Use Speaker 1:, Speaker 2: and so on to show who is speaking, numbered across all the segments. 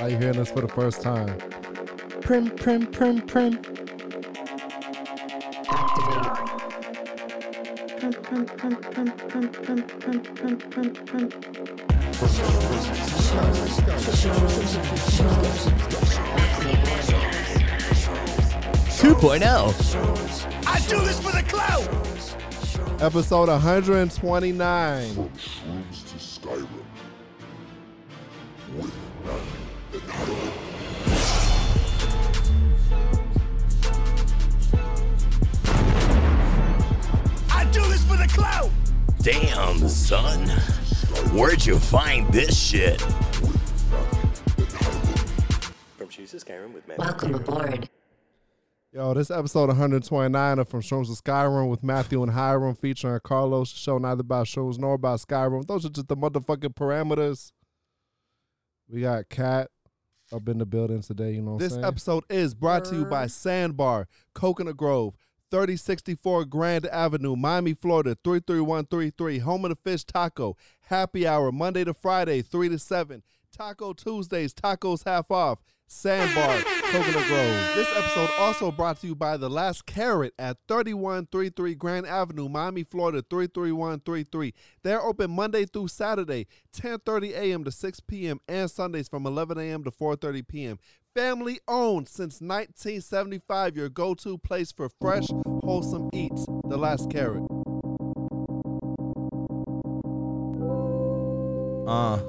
Speaker 1: Are you hearing this for the first time?
Speaker 2: Prim, prim, prim, prim. Two
Speaker 3: I do this for the clout.
Speaker 1: Episode 129.
Speaker 4: Shrooms to Skyrim with none and Helen.
Speaker 3: I do this for the clout. Damn, son. Where'd you find this shit?
Speaker 5: From Shoes to Skyrim with Matt.
Speaker 6: Welcome aboard.
Speaker 1: Yo, this episode 129 of From Shrooms to Skyrim with Matthew and Hiram featuring Carlos. The show neither about shrooms nor about Skyrim. Those are just the motherfucking parameters. We got Cat up in the building today, you know what
Speaker 2: This
Speaker 1: I'm saying? episode is brought to you by Sandbar, Coconut Grove, 3064 Grand Avenue, Miami, Florida, 33133, home of the fish taco. Happy hour, Monday to Friday, 3 to 7. Taco Tuesdays, tacos half off. Sandbar, Coconut Grove. This episode also brought to you by The Last Carrot at 3133 Grand Avenue, Miami, Florida, 33133. They're open Monday through Saturday, 10.30 a.m. to 6 p.m. and Sundays from 11 a.m. to 4.30 p.m. Family owned since 1975, your go to place for fresh, wholesome eats. The Last Carrot.
Speaker 3: Uh,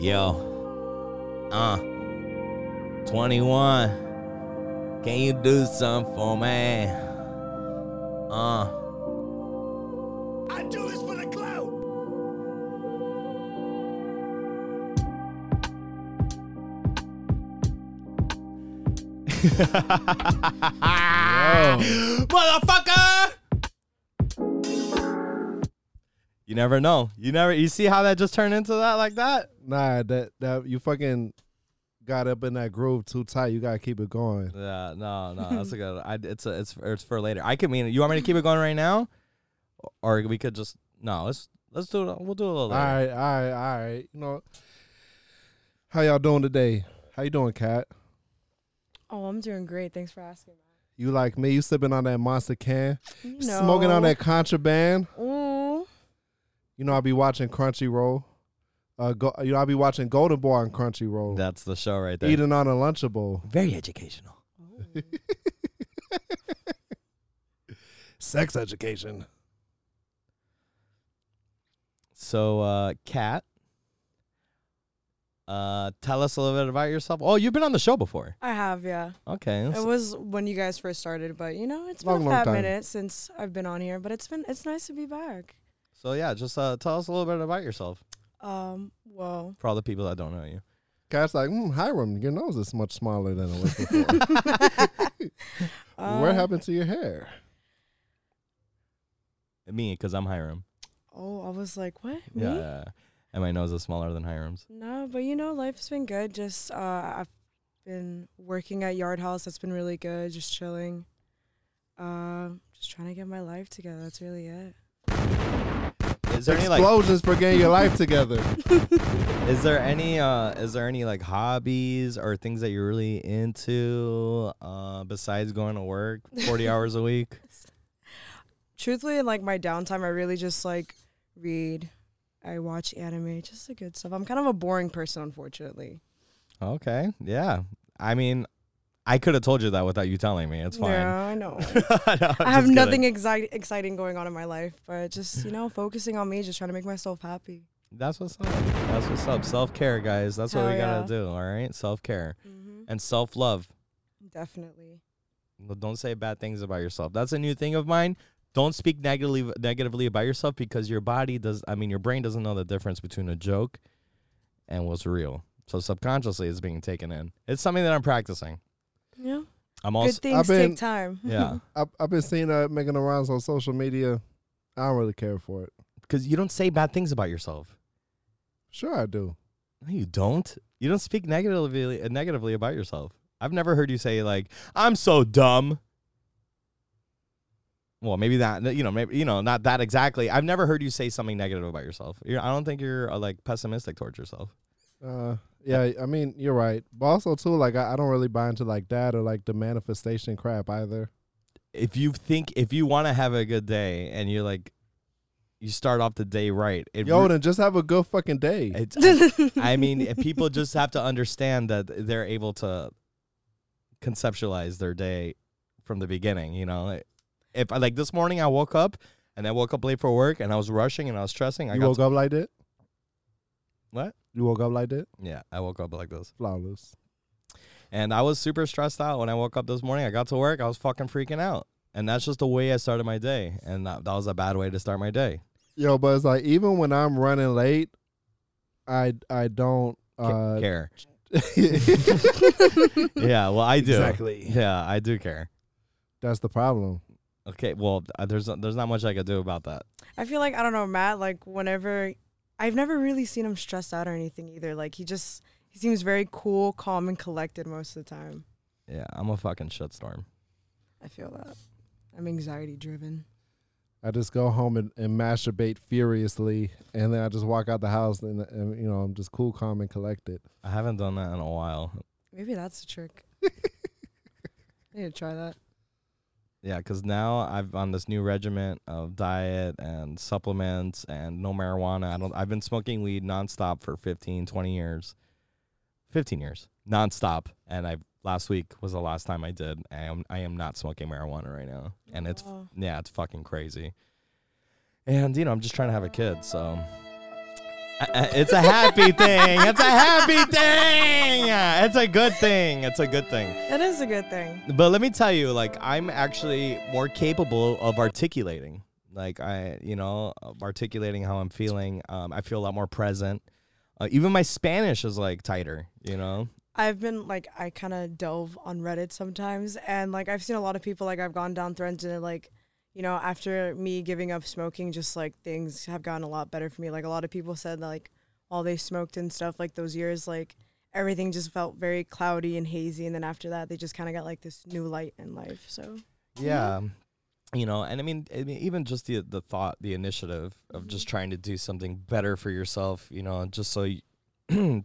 Speaker 3: yo. Uh, 21. Can you do something for me? Uh, I do this for the clout. Motherfucker! You never know. You never. You see how that just turned into that like that?
Speaker 1: Nah, that, that you fucking got up in that groove too tight. You got to keep it going.
Speaker 3: Yeah, no, no, that's a good. I, it's a, it's it's for later. I could mean you want me to keep it going right now, or we could just no. Let's let's do it. We'll do it a little
Speaker 1: All right,
Speaker 3: later.
Speaker 1: all right, all right. You know, how y'all doing today? How you doing, Kat?
Speaker 7: Oh, I'm doing great. Thanks for asking.
Speaker 1: You like me? You sipping on that monster can?
Speaker 7: You
Speaker 1: Smoking on
Speaker 7: know.
Speaker 1: that contraband?
Speaker 7: Ooh.
Speaker 1: You know, I'll be watching Crunchyroll. Uh, go, you know, I'll be watching Golden Boy on Crunchyroll.
Speaker 3: That's the show right there.
Speaker 1: Eating on a Lunchable.
Speaker 3: Very educational.
Speaker 1: Sex education.
Speaker 3: So, uh, Kat, uh, tell us a little bit about yourself. Oh, you've been on the show before.
Speaker 7: I have, yeah.
Speaker 3: Okay.
Speaker 7: It
Speaker 3: that's-
Speaker 7: was when you guys first started, but you know, it's
Speaker 1: Long,
Speaker 7: been
Speaker 1: long
Speaker 7: a fat
Speaker 1: time.
Speaker 7: minute since I've been on here, but it's been it's nice to be back.
Speaker 3: So yeah, just uh, tell us a little bit about yourself
Speaker 7: Um, well,
Speaker 3: for all the people that don't know you.
Speaker 1: Cat's like, mm, Hiram, your nose is much smaller than it was before. what
Speaker 7: um,
Speaker 1: happened to your hair?
Speaker 3: Me, because I'm Hiram.
Speaker 7: Oh, I was like, what? Me?
Speaker 3: Yeah, yeah, yeah. And my nose is smaller than Hiram's.
Speaker 7: No, but you know, life's been good. Just uh, I've been working at Yard House. That's been really good. Just chilling. Uh, just trying to get my life together. That's really it.
Speaker 3: Is there any like
Speaker 1: Explosions for getting your life together.
Speaker 3: Is there any uh is there any like hobbies or things that you're really into uh besides going to work 40 hours a week?
Speaker 7: truthfully in like my downtime i really just like read i watch anime just the good stuff i'm kind of a boring person unfortunately
Speaker 3: Okay. Yeah. I mean, I could have told you that without you telling me. It's fine.
Speaker 7: yeah i know
Speaker 3: No,
Speaker 7: i have nothing exi- exciting going on in my life but just you know focusing on me just trying to make myself happy
Speaker 3: That's what's up. That's what's up. Self-care, guys. That's what
Speaker 7: Hell
Speaker 3: we got
Speaker 7: yeah.
Speaker 3: to do, all right? Self-care
Speaker 7: mm-hmm.
Speaker 3: and self-love.
Speaker 7: definitely
Speaker 3: Well, Don't say bad things about yourself. That's a new thing of mine. Don't speak negatively negatively about yourself because your body does. I mean, your brain doesn't know the difference between a joke and what's real. So subconsciously, it's being taken in. It's something that I'm practicing.
Speaker 7: yeah
Speaker 3: I'm
Speaker 7: good
Speaker 3: also
Speaker 7: things
Speaker 1: been-
Speaker 7: take time
Speaker 3: yeah
Speaker 1: I've, I've been seeing that making the rounds on social media. I don't really care for it.
Speaker 3: because you don't say bad things about yourself.
Speaker 1: Sure, I do.
Speaker 3: No, you don't. You don't speak negatively uh, negatively about yourself. I've never heard you say like, "I'm so dumb." Well, maybe that you know, maybe you know, not that exactly. I've never heard you say something negative about yourself. You're, I don't think you're uh, like pessimistic towards yourself.
Speaker 1: Uh, yeah, I mean you're right, but also too like I, I don't really buy into like that or like the manifestation crap either.
Speaker 3: If you think if you want to have a good day and you're like, you start off the day right. It
Speaker 1: Yo,
Speaker 3: re-
Speaker 1: then just have a good fucking day.
Speaker 3: It's, I, I mean, if people just have to understand that they're able to conceptualize their day from the beginning. You know, if like this morning I woke up and I woke up late for work and I was rushing and I was stressing. I
Speaker 1: you
Speaker 3: got
Speaker 1: woke
Speaker 3: to-
Speaker 1: up like that.
Speaker 3: what?
Speaker 1: You woke up like that.
Speaker 3: Yeah, I woke up like this,
Speaker 1: Flawless.
Speaker 3: and I was super stressed out when I woke up this morning. I got to work, I was fucking freaking out, and that's just the way I started my day, and that, that was a bad way to start my day.
Speaker 1: Yo, but it's like even when I'm running late, I I don't.
Speaker 3: Ca-
Speaker 1: Uh,
Speaker 3: care. Yeah, well, I do.
Speaker 6: Exactly.
Speaker 3: Yeah, I do care.
Speaker 1: that's the problem.
Speaker 3: Okay, well, uh, there's there's not much I could do about that.
Speaker 7: I feel like I don't know Matt. Like whenever I've never really seen him stressed out or anything either. Like he just he seems very cool, calm, and collected most of the time.
Speaker 3: Yeah, I'm a fucking shitstorm.
Speaker 7: I feel that. I'm anxiety driven.
Speaker 1: I just go home and, and masturbate furiously, and then I just walk out the house, and, and you know I'm just cool, calm, and collected.
Speaker 3: I haven't done that in a while.
Speaker 7: Maybe that's the trick. I need to try that.
Speaker 3: Yeah, because now I've on this new regiment of diet and supplements and no marijuana. I don't. I've been smoking weed nonstop for 15, 20 years, fifteen years nonstop. And I last week was the last time I did. I am I am not smoking marijuana right now, and it's
Speaker 7: Wow.
Speaker 3: yeah, it's fucking crazy. And you know, I'm just trying to have a kid, so. I- I- It's a happy thing. It's a happy thing. It's a good thing. It's a good thing.
Speaker 7: That is a good thing.
Speaker 3: But let me tell you, like I'm actually more capable of articulating. Like I, you know, of articulating how I'm feeling. Um, I feel a lot more present. Uh, even my Spanish is like tighter. You know,
Speaker 7: I've been like I kind of delve on Reddit sometimes, and like I've seen a lot of people like I've gone down threads and like, you know, after me giving up smoking, just like things have gotten a lot better for me. Like a lot of people said like while they smoked and stuff, like those years, like everything just felt very cloudy and hazy, and then after that, they just kind of got like this new light in life. So
Speaker 3: yeah um, you know and i mean, I mean even just the the thought the initiative of just trying to do something better for yourself you know just so you,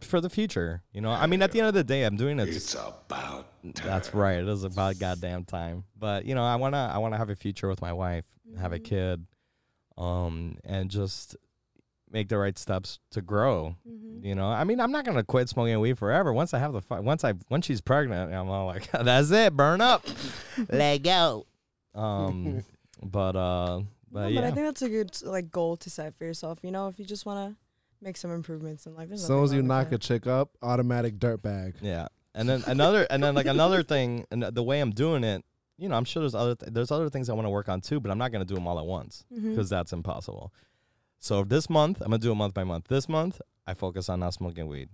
Speaker 3: for the future you know i mean at the end of the day i'm doing it it's about that's right it is about goddamn time but you know i want to i want to have a future with my wife have a kid um and just make the right steps to grow you know i mean i'm not gonna quit smoking weed forever once i have the fi- once i once she's pregnant i'm all like that's it burn up let go um, but uh, but
Speaker 7: No,
Speaker 3: yeah,
Speaker 7: but I think that's a good like goal to set for yourself. You know, if you just want to make some improvements in life.
Speaker 1: As soon as you knock a chick up, automatic dirt bag.
Speaker 3: yeah. And then another, and then like another thing, and the way I'm doing it, you know, I'm sure there's other th- there's other things I want to work on too, but I'm not gonna do them all at once
Speaker 7: Mm-hmm.
Speaker 3: because that's impossible. So this month, I'm gonna do it month by month. This month, I focus on not smoking weed.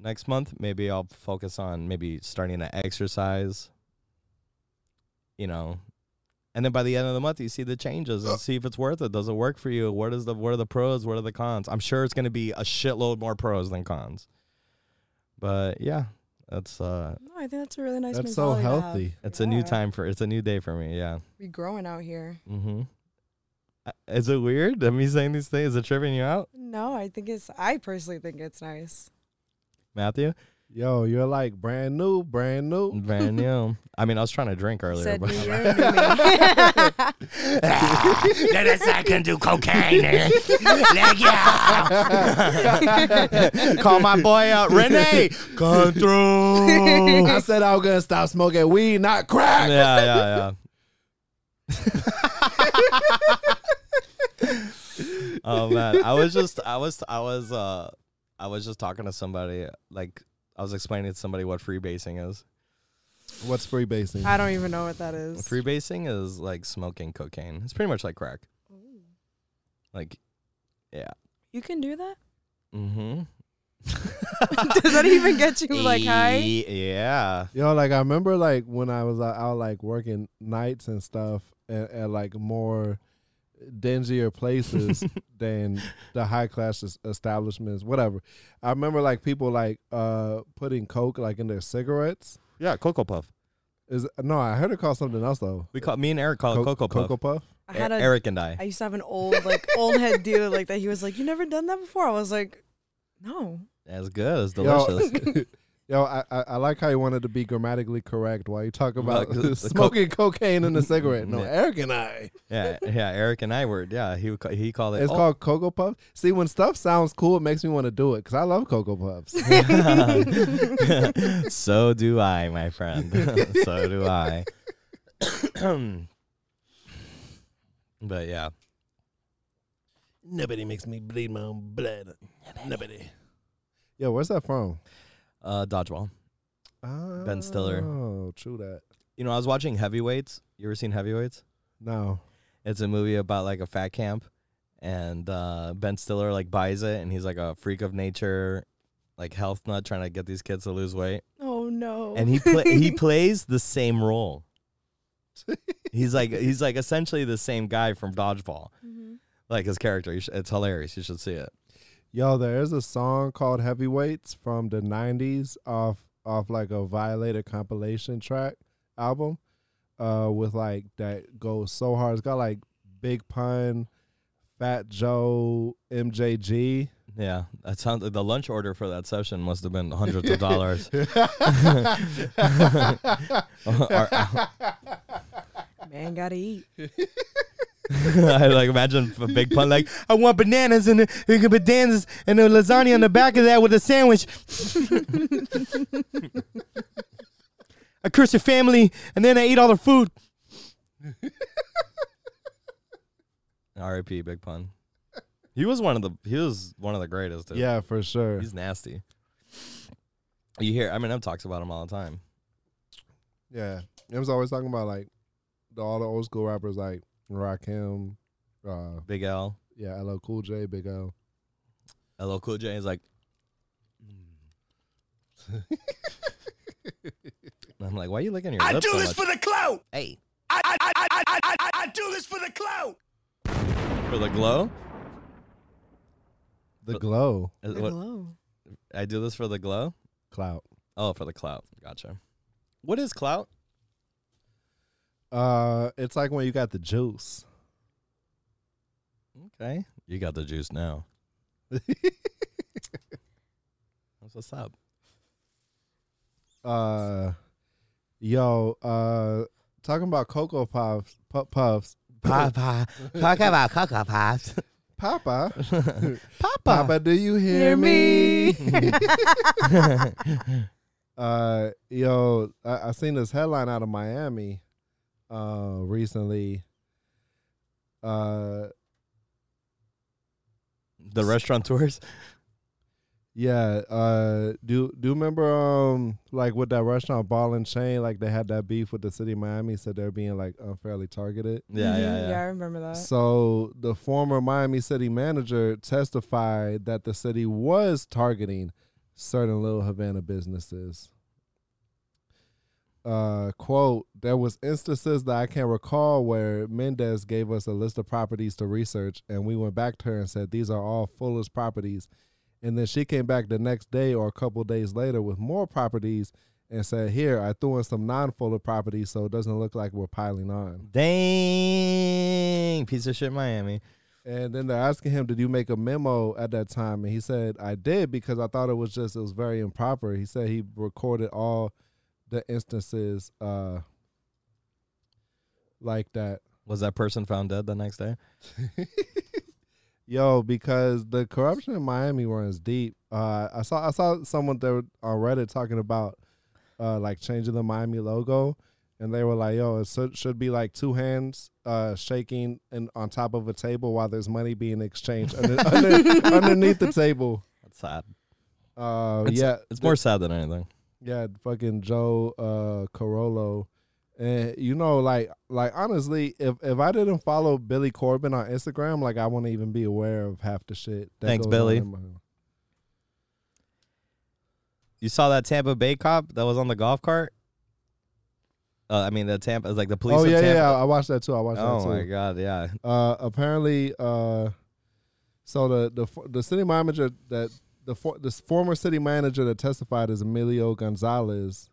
Speaker 3: Next month, maybe I'll focus on maybe starting to exercise. You know, and then by the end of the month, you see the changes and see if it's worth it. Does it work for you? What is the what are the pros? What are the cons? I'm sure it's gonna be a shitload more pros than cons. But yeah, that's uh,
Speaker 7: No, I think that's a really nice.
Speaker 1: That's so
Speaker 7: mentality to have.
Speaker 1: healthy.
Speaker 3: it's a new
Speaker 7: Yeah.
Speaker 3: time for it's a new day for me. Yeah.
Speaker 7: We growing out here.
Speaker 1: Mm.
Speaker 3: Mm-hmm. Uh, Is it weird? Am I saying these things? Is it tripping you out,
Speaker 7: No, I think it's. I personally think it's nice.
Speaker 3: Matthew?
Speaker 1: Yo, you're like brand new, brand new.
Speaker 3: Brand new. I mean, I was trying to drink earlier,
Speaker 7: Said
Speaker 3: but
Speaker 7: me, you're me.
Speaker 3: then I said I can do cocaine. Let go. Call my boy out, Renee. Come through.
Speaker 1: I said I was gonna stop smoking weed, not crack.
Speaker 3: yeah, yeah, yeah. oh man, I was just, I was, I was, uh, I was just talking to somebody. Like, I was explaining to somebody what freebasing is.
Speaker 1: What's freebasing?
Speaker 7: I don't even know what that is.
Speaker 3: Freebasing is like smoking cocaine. It's pretty much like crack. Like, yeah.
Speaker 7: You can do that.
Speaker 3: Mm-hmm.
Speaker 7: Does that even get
Speaker 3: E-
Speaker 7: you like high?
Speaker 3: Yeah.
Speaker 1: Yo, like I remember like when I was uh, out like working nights and stuff at, at like more dingier places than the high class es- establishments, whatever. I remember like people like uh putting coke like in their cigarettes.
Speaker 3: Yeah, cocoa puff.
Speaker 1: Is no, I heard it called something else though.
Speaker 3: We call me and Eric call it
Speaker 1: Co-
Speaker 3: Oh, Cocoa Puff.
Speaker 1: Cocoa Puff.
Speaker 7: I
Speaker 3: E-
Speaker 7: had a I
Speaker 3: Eric and I.
Speaker 7: used to have an old like old head dealer like that. He was like, "You never done that before." I was like, "No."
Speaker 3: That's good. It's
Speaker 1: Yo.
Speaker 3: delicious.
Speaker 1: Yo, I, I I like how you wanted to be grammatically correct while you talk about
Speaker 3: About the- the
Speaker 1: smoking cocaine and a cigarette. No,
Speaker 3: Yeah.
Speaker 1: Eric and I.
Speaker 3: yeah, yeah. Eric and I were. Yeah, he would ca- he called it.
Speaker 1: It's
Speaker 3: oh,
Speaker 1: called Cocoa Puff. See, when stuff sounds cool, it makes me want to do it because I love Cocoa Puffs.
Speaker 3: so do I, my friend. so do I. but yeah,
Speaker 1: Nobody makes me bleed my own blood. Nobody. Yo, where's that from?
Speaker 3: uh, dodgeball.
Speaker 1: Oh,
Speaker 3: Ben Stiller.
Speaker 1: Oh, true that.
Speaker 3: You know, I was watching Heavyweights. You ever seen Heavyweights?
Speaker 1: No.
Speaker 3: It's a movie about like a fat camp, and uh, Ben Stiller like buys it, and he's like a freak of nature, like health nut, trying to get these kids to lose weight.
Speaker 7: Oh no.
Speaker 3: and he pla he plays the same role. he's like he's like essentially the same guy from Dodgeball, like his character. You sh- it's hilarious. You should see it.
Speaker 1: Yo, there is a song called Heavyweights from the 90s off off like a Violator compilation track album uh with like that goes so hard. It's got like Big Pun, Fat Joe, MJG.
Speaker 3: Yeah, that sounds. The lunch order for that session must have been hundreds of dollars. Or-
Speaker 7: Man, gotta eat.
Speaker 3: I like imagine a big pun like I want bananas and uh, bananas and a lasagna on the back of that with a sandwich. I curse your family and then I eat all the food. R.I.P. Big Pun. He was one of the he was one of the greatest. Dude.
Speaker 1: Yeah, for sure.
Speaker 3: he's nasty. You hear? I mean, I've talked about him all the time.
Speaker 1: Yeah. It was always talking about like the, all the old school rappers like Rakim, uh
Speaker 3: Big L,
Speaker 1: yeah, LL Cool J, Big L.
Speaker 3: LL Cool J is like. And I'm like, why are you licking your lips so much?
Speaker 5: the clout.
Speaker 3: Hey.
Speaker 5: I, I, I, I, I, I, I do this for the clout.
Speaker 3: For the glow?
Speaker 1: The Glow
Speaker 3: Is- what-
Speaker 7: Hello.
Speaker 3: I do this for the glow?
Speaker 1: Clout.
Speaker 3: Oh, for the clout. Gotcha. What is clout?
Speaker 1: Uh it's like when you got the juice.
Speaker 3: Okay. You got the juice now. That's what's up.
Speaker 1: uh yo, uh talking about Cocoa Puffs Pu- Puffs.
Speaker 3: Papa. Talk about Cocoa Pops.
Speaker 1: Papa
Speaker 3: Papa.
Speaker 1: Papa, do you hear,
Speaker 7: Hear me.
Speaker 1: uh yo I, I seen this headline out of miami uh recently uh
Speaker 3: The restaurateurs?
Speaker 1: yeah uh do do you remember um like with that restaurant ball and chain like they had that beef with the city of miami so they're being like unfairly targeted
Speaker 3: Yeah,
Speaker 7: Mhm,
Speaker 3: yeah,
Speaker 7: I
Speaker 3: yeah.
Speaker 7: remember that.
Speaker 1: so the former miami city manager testified that the city was targeting certain little havana businesses uh, quote, there was instances that I can recall where Mendez gave us a list of properties to research, and we went back to her and said these are all Fuller's properties, and then she came back the next day or a couple days later with more properties and said, here I threw in some non-Fuller properties, so it doesn't look like we're piling on.
Speaker 3: Dang. Piece of shit Miami.
Speaker 1: And then they're asking him, did you make a memo at that time? And he said, I did because I thought it was just it was very improper. He said he recorded all the instances uh, like that.
Speaker 3: Was that person found dead the next day?
Speaker 1: Yo, because the corruption in Miami runs deep. Uh, I saw I saw someone there on Reddit talking about uh, like changing the Miami logo, and they were like, "Yo, it should, should be like two hands uh, shaking and on top of a table while there's money being exchanged under, under, underneath the table."
Speaker 3: That's sad.
Speaker 1: Uh,
Speaker 3: It's-
Speaker 1: yeah,
Speaker 3: It's more sad than anything.
Speaker 1: yeah, fucking Joe uh Carollo. And you know, like like honestly, if if I didn't follow Billy Corbin on Instagram, like I wouldn't even be aware of half the shit. That
Speaker 3: Thanks,
Speaker 1: goes
Speaker 3: Billy.
Speaker 1: on in my-
Speaker 3: You saw that Tampa Bay cop that was on the golf cart? Uh, I mean, the Tampa, like the police.
Speaker 1: Oh
Speaker 3: of
Speaker 1: yeah,
Speaker 3: Tampa.
Speaker 1: yeah, I watched that too. I watched
Speaker 3: Oh
Speaker 1: that
Speaker 3: my
Speaker 1: too.
Speaker 3: God, yeah.
Speaker 1: Uh, apparently, uh, so the the fo- the city manager that the for, this former city manager that testified is Emilio Gonzalez,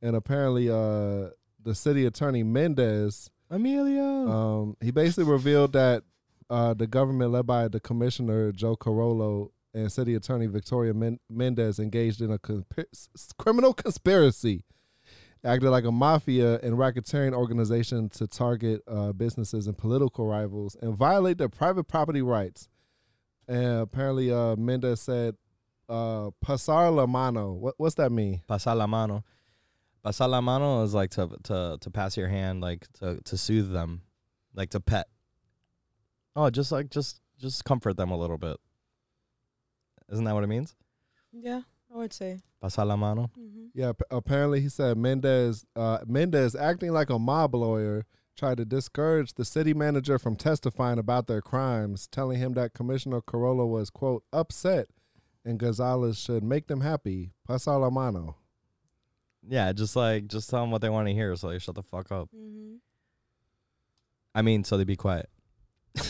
Speaker 1: and apparently, uh, the city attorney Mendez,
Speaker 3: Emilio.
Speaker 1: um, he basically revealed that uh, the government led by the commissioner Joe Carollo and city attorney Victoria Men- Mendez engaged in a consp- s- criminal conspiracy, acted like a mafia and racketeering organization to target uh, businesses and political rivals and violate their private property rights. And apparently, uh, Mendez said, uh, "Pasar la mano." What, what's that mean?
Speaker 3: pasar la mano. Pasar la mano is like to to to pass your hand, like to to soothe them, like to pet. Oh, just like just just comfort them a little bit. Isn't that what it means?
Speaker 7: Yeah, I would say.
Speaker 3: Pasar la mano.
Speaker 7: hmm
Speaker 1: Yeah, ap- apparently he said Mendez, uh, Mendez acting like a mob lawyer, tried to discourage the city manager from testifying about their crimes, telling him that Commissioner Corolla was quote upset, and Gonzalez should make them happy. Pasar la mano.
Speaker 3: Yeah, just like just tell them what they want to hear. So they shut the fuck up.
Speaker 7: hmm
Speaker 3: I mean, so they be quiet.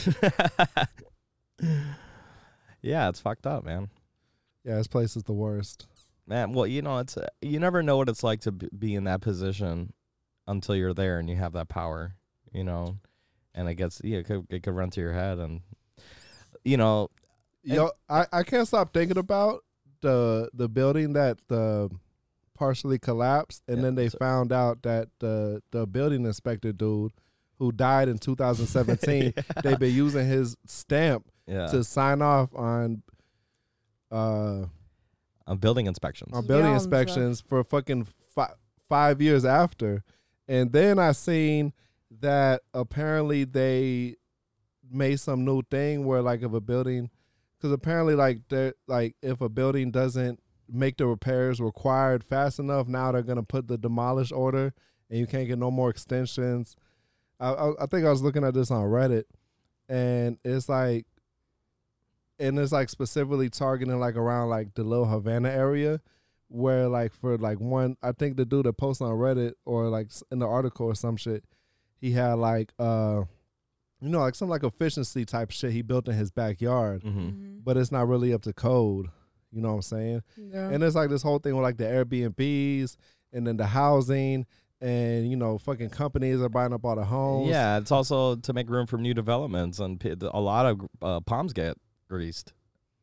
Speaker 3: yeah, it's fucked up, man.
Speaker 1: Yeah, this place is the worst.
Speaker 3: Man, well, you know, it's uh, you never know what it's like to b- be in that position until you're there and you have that power, you know, and it gets yeah, it could, it could run to your head and you know,
Speaker 1: Yo, I, I can't stop thinking about the the building that the partially collapsed, and
Speaker 3: Yeah,
Speaker 1: then they
Speaker 3: so-
Speaker 1: found out that the the building inspector dude who died in 2017, they've been using his stamp
Speaker 3: yeah,
Speaker 1: to sign off on uh
Speaker 3: uh, building inspections.
Speaker 1: on building
Speaker 7: Yeah, and stuff.
Speaker 1: inspections for fucking fi- five years after, and then I seen that apparently they made some new thing where like if a building, because apparently like they like if a building doesn't make the repairs required fast enough, now they're gonna put the demolish order, and you can't get no more extensions. I I, I think I was looking at this on Reddit, and it's like. And it's like specifically targeting like around like the little Havana area where like for like one I think the dude that posted on Reddit or like s- in the article or some shit, he had like uh you know like some like efficiency type shit he built in his backyard,
Speaker 3: hmm
Speaker 7: mm-hmm.
Speaker 1: but it's not really up to code. You know what I'm saying?
Speaker 7: Yeah.
Speaker 1: And it's like this whole thing with like the Airbnbs and then the housing and you know fucking companies are buying up all the homes.
Speaker 3: Yeah, it's also to make room for new developments and p- a lot of uh, palms get greased,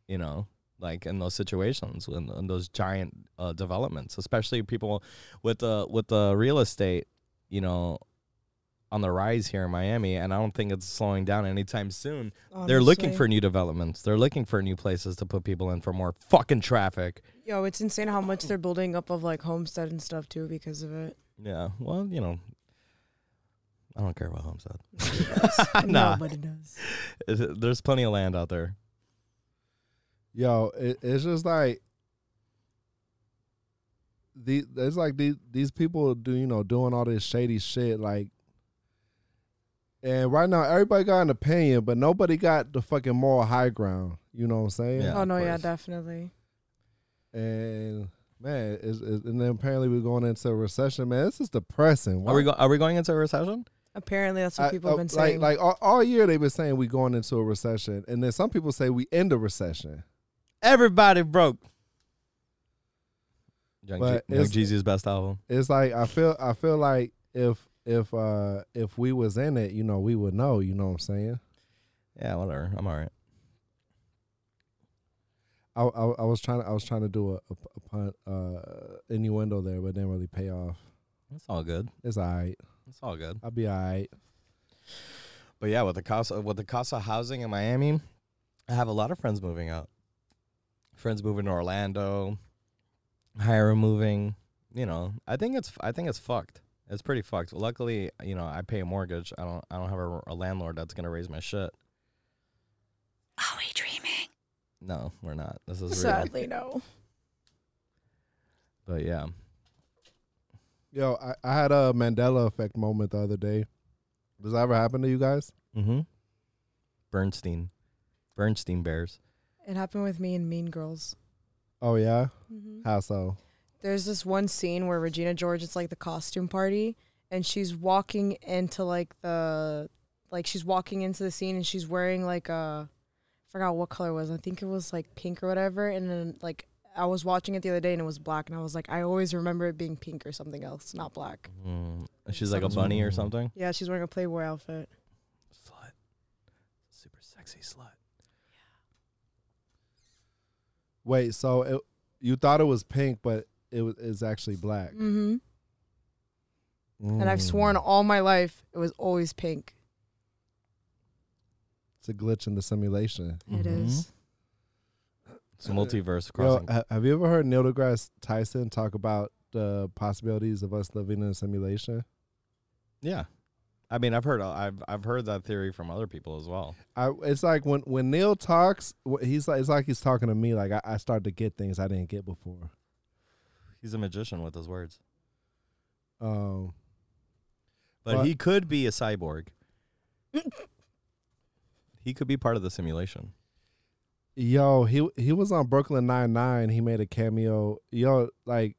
Speaker 3: you know, like in those situations in, in those giant uh, developments, especially people with the with the real estate, you know, on the rise here in Miami, and I don't think it's slowing down anytime soon. They're looking for new developments. They're looking for new places to put people in for more fucking traffic.
Speaker 7: Yo, it's insane how much they're building up of like homestead and stuff too because of it.
Speaker 3: Yeah, well, you know, I don't care about Homestead. Nah.
Speaker 7: Nobody does.
Speaker 3: There's plenty of land out there.
Speaker 1: Yo, it, it's just like the it's like these these people do you know doing all this shady shit like, and right now everybody got an opinion, but nobody got the fucking moral high ground. You know what I'm saying?
Speaker 3: Yeah,
Speaker 7: oh no,
Speaker 3: of
Speaker 7: yeah,
Speaker 3: course.
Speaker 7: definitely.
Speaker 1: And man, it's, it's, and then apparently we're going into a recession. Man, this is depressing.
Speaker 3: Are we go- are we going into a recession?
Speaker 7: Apparently, that's what
Speaker 1: I-
Speaker 7: people have
Speaker 1: uh,
Speaker 7: been saying.
Speaker 1: Like, like all, all year they've been saying we going into a recession, and then some people say we end a recession.
Speaker 3: Everybody broke. Young,
Speaker 1: But
Speaker 3: G- Young
Speaker 1: it's-
Speaker 3: Jeezy's best album.
Speaker 1: it's like I feel I feel like if if uh if we was in it, you know, we would know, you know what I'm saying?
Speaker 3: Yeah, whatever. I'm all right.
Speaker 1: I I, I was trying to I was trying to do a, a, a pun uh innuendo there, but didn't really pay off.
Speaker 3: It's all good.
Speaker 1: It's all right.
Speaker 3: It's all good.
Speaker 1: I'll be all right.
Speaker 3: But yeah, with the cost of- with the cost of housing in Miami, I have a lot of friends moving out. Friends moving to Orlando, Hiram moving. You know, I think it's I think it's fucked. It's pretty fucked. Luckily, you know, I pay a mortgage. I don't I don't have a, a landlord that's gonna raise my shit.
Speaker 2: Are we dreaming?
Speaker 3: No, we're not. This is real.
Speaker 7: Sadly, no.
Speaker 3: But yeah,
Speaker 1: Yo, I, I had a Mandela effect moment the other day. Does that ever happen to you guys?
Speaker 3: Mm-hmm. Bernstein. Bernstein Bears.
Speaker 7: It happened with me and Mean Girls.
Speaker 1: Oh yeah?
Speaker 7: Mhm.
Speaker 1: How so?
Speaker 7: There's this one scene where Regina George, it's like the costume party, and she's walking into like the, like she's walking into the scene and she's wearing like a, I forgot what color it was. I think it was like pink or whatever. And then like I was watching it the other day and it was black, and I was like, I always remember it being pink or something else, not black.
Speaker 3: Mm. She's like a bunny or something.
Speaker 7: Yeah, she's wearing a Playboy outfit.
Speaker 3: Slut. Super sexy slut.
Speaker 1: Wait, so it, you thought it was pink, but it was is actually black.
Speaker 7: Mm-hmm. And
Speaker 3: Mm.
Speaker 7: I've sworn all my life it was always pink.
Speaker 1: It's a glitch in the simulation.
Speaker 7: It is.
Speaker 3: It's a multiverse
Speaker 1: Yo,
Speaker 3: crossing.
Speaker 1: ha- have you ever heard Neil deGrasse Tyson talk about the possibilities of us living in a simulation?
Speaker 3: yeah. I mean, I've heard uh, I've I've heard that theory from other people as well.
Speaker 1: I, it's like when, when Neil talks, wh- he's like it's like he's talking to me. Like I, I start to get things I didn't get before.
Speaker 3: He's a magician with his words.
Speaker 1: Um,
Speaker 3: But
Speaker 1: But-
Speaker 3: he could be a cyborg. he could be part of the simulation.
Speaker 1: yo, he he was on Brooklyn Nine Nine. He made a cameo. Yo, like,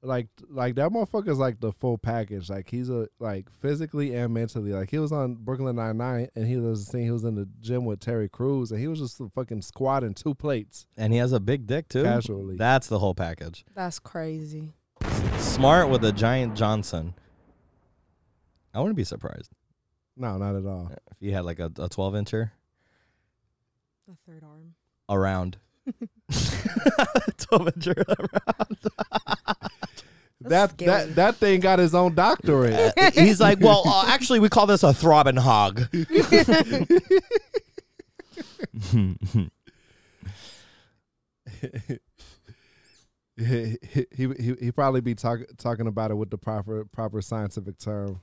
Speaker 1: like, like that motherfucker's like the full package. Like he's a like physically and mentally. Like he was on Brooklyn Nine Nine, and he was saying he was in the gym with Terry Crews, and he was just fucking squatting two plates
Speaker 3: And he has a big dick too.
Speaker 1: casually.
Speaker 3: That's the whole package.
Speaker 7: That's crazy.
Speaker 3: Smart with a giant Johnson. I wouldn't be surprised
Speaker 1: no, not at all.
Speaker 3: if he had like a, a 12 incher
Speaker 7: A third arm.
Speaker 3: around. 12 incher around.
Speaker 1: That
Speaker 7: scary.
Speaker 1: that that thing got his own doctorate.
Speaker 3: He's like, well, uh, actually, we call this a throbbing hog.
Speaker 1: he, he, he he probably be talk, talking about it with the proper proper scientific term.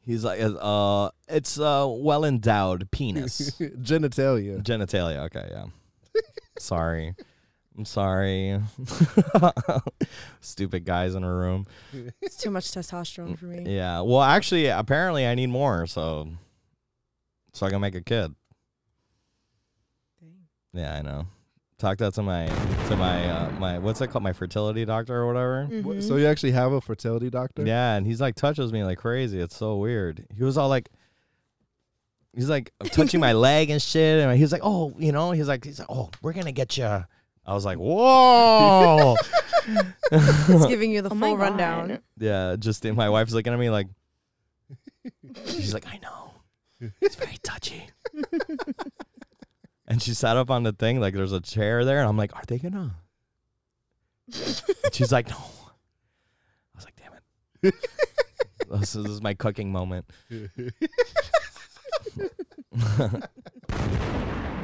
Speaker 3: He's like, uh, it's a well endowed penis.
Speaker 1: Genitalia.
Speaker 3: Genitalia. Okay, yeah. sorry. I'm sorry. Stupid guys in a room.
Speaker 7: It's too much testosterone for me.
Speaker 3: Yeah. Well, actually, apparently I need more, so so I can make a kid.
Speaker 7: Dang.
Speaker 3: Yeah, I know. Talk that to my to my uh, my what's it called? My fertility doctor or whatever.
Speaker 1: What-
Speaker 7: Mm-hmm.
Speaker 1: So you actually have a fertility doctor?
Speaker 3: Yeah, and he's like touches me like crazy. It's so weird. He was all like, he's like touching my leg and shit, and he was like, oh, you know, he's like, he's like, oh, we're gonna get you. I was like, whoa.
Speaker 7: It's giving you the
Speaker 2: Oh my
Speaker 7: full
Speaker 2: God.
Speaker 7: rundown.
Speaker 3: yeah, just my wife's looking at me like, she's like, I know, it's very touchy. and she sat up on the thing like there's a chair there, and I'm like, are they gonna? And she's like, no. I was like, damn it. this, is, this is my cooking moment.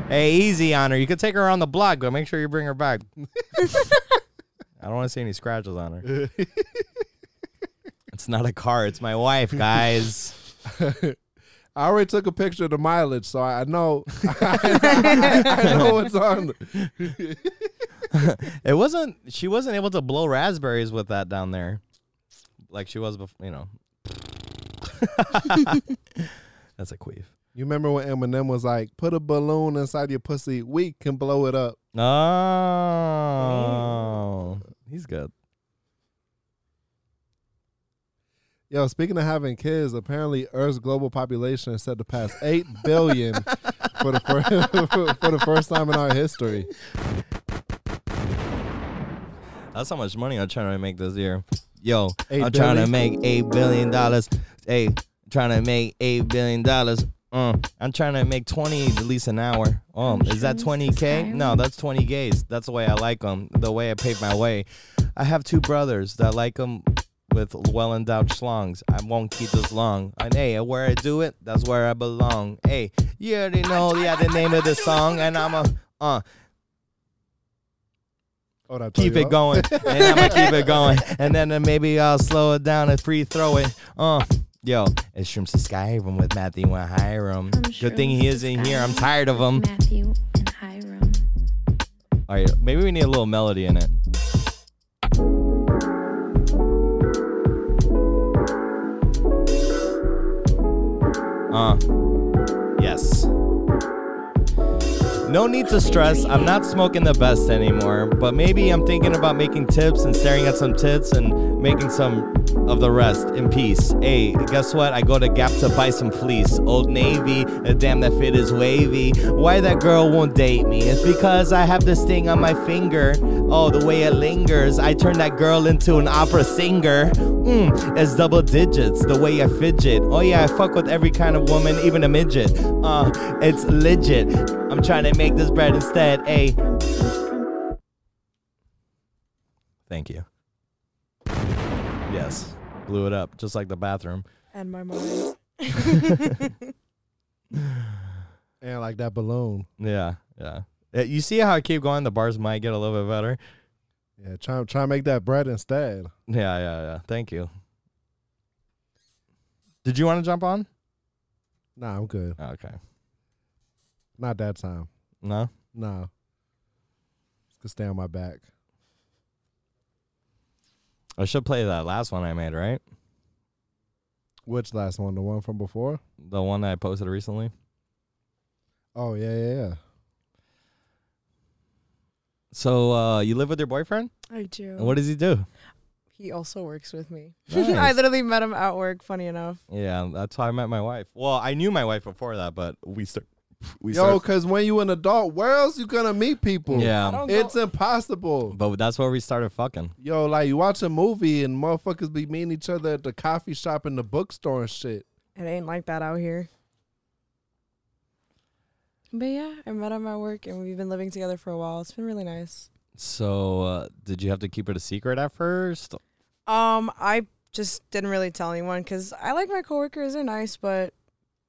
Speaker 3: hey, easy on her. You could take her on the block, but make sure you bring her back. I don't want to see any scratches on her. it's not a car. It's my wife, guys.
Speaker 1: I already took a picture of the mileage, so I know I, know what's on. the-
Speaker 3: It wasn't. She wasn't able to blow raspberries with that down there, like she was before. You know. That's a queef.
Speaker 1: You remember when Eminem was like, "Put a balloon inside your pussy, we can blow it up."
Speaker 3: Oh, he's good.
Speaker 1: Yo, speaking of having kids, apparently Earth's global population is said to pass eight billion for the first, for the first time in our history.
Speaker 3: That's how much money I'm trying to make this year. Yo,
Speaker 1: Eight
Speaker 3: i I'm trying to
Speaker 1: billion?
Speaker 3: make eight billion dollars. Hey, trying to make eight billion dollars. Mm, I'm trying to make twenty at least an hour. Oh, is that twenty k? No, that's twenty gays. That's the way I like them. The way I paved my way. I have two brothers that like them with well endowed schlongs. I won't keep this long. And hey, where I do it, that's where I belong. Hey, you already know yeah the name of the song, and I'm a uh
Speaker 1: Oh, that
Speaker 3: keep
Speaker 1: throw you
Speaker 3: it
Speaker 1: off?
Speaker 3: going, and I'm gonna keep it going, and then uh, maybe I'll slow it down and free throw it. Uh, yo, it's Shrooms to Skyrim with Matthew and Hiram.
Speaker 2: I'm
Speaker 3: Good thing he
Speaker 2: Shrooms to
Speaker 3: isn't here. I'm
Speaker 2: Skyrim
Speaker 3: tired of him.
Speaker 2: Matthew and Hiram.
Speaker 3: All right, maybe we need a little melody in it. Uh, yes. No need to stress. I'm not smoking the best anymore, but maybe I'm thinking about making tips and staring at some tits and making some of the rest in peace. Hey, guess what? I go to Gap to buy some fleece. Old Navy, uh, damn that fit is wavy. Why that girl won't date me? It's because I have this thing on my finger. Oh, the way it lingers. I turn that girl into an opera singer. Mm, it's double digits, the way I fidget. Oh yeah, I fuck with every kind of woman, even a midget. Uh, it's legit. I'm trying to make this bread instead. Hey. Thank you. Yes. Blew it up, just like the bathroom.
Speaker 7: And my mind.
Speaker 1: And like that balloon.
Speaker 3: Yeah, yeah. Uh, You see how I keep going? The bars might get a little bit better.
Speaker 1: Yeah, try try and make that bread instead.
Speaker 3: Yeah, yeah, yeah. Thank you. Did you want to jump on?
Speaker 1: Nah, I'm good.
Speaker 3: Okay.
Speaker 1: Not that time.
Speaker 3: No?
Speaker 1: Nah. Just gonna stay on my back.
Speaker 3: I should play that last one I made, right?
Speaker 1: Which last one? The one from before?
Speaker 3: The one that I posted recently.
Speaker 1: Oh yeah, yeah, yeah.
Speaker 3: So uh, you live with your boyfriend?
Speaker 7: I do.
Speaker 3: And What does he do?
Speaker 7: He also works with me. I
Speaker 3: Nice.
Speaker 7: literally met him at work. Funny enough.
Speaker 3: Yeah, that's how I met my wife. Well, I knew my wife before that, but we start. We
Speaker 1: Yo,
Speaker 3: start.
Speaker 1: cause when you an adult, where else you gonna meet people?
Speaker 7: I
Speaker 2: Oh,
Speaker 3: Yeah,
Speaker 7: don't
Speaker 1: It's
Speaker 7: go-
Speaker 1: impossible.
Speaker 3: but that's where we started fucking.
Speaker 1: Yo, like you watch a movie and motherfuckers be meeting each other at the coffee shop and the bookstore and shit.
Speaker 7: it ain't like that out here. But yeah, I met him at work, and we've been living together for a while. It's been really nice.
Speaker 3: So uh, did you have to keep it a secret at first?
Speaker 7: Um, I just didn't really tell anyone because I like my coworkers; they're nice, but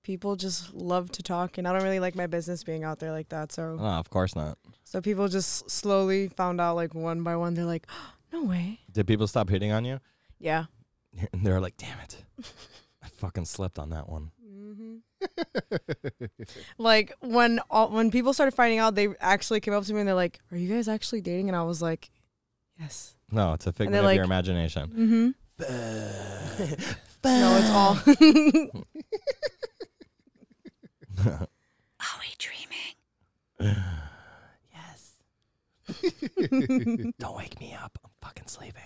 Speaker 7: people just love to talk, and I don't really like my business being out there like that. So,
Speaker 3: No, of course not.
Speaker 7: so people just slowly found out, like one by one. They're like, "No way."
Speaker 3: Did people stop hitting on you?
Speaker 7: Yeah.
Speaker 3: And they're like, "Damn it, I fucking slept on that one."
Speaker 7: Mm-hmm. Like when all, when people started finding out, they actually came up to me and they're like, "Are you guys actually dating?" And I was like, "Yes."
Speaker 3: No, it's a figment of
Speaker 7: like-
Speaker 3: your imagination.
Speaker 7: Mm-hmm. no, it's all.
Speaker 3: Don't wake me up. I'm fucking sleeping.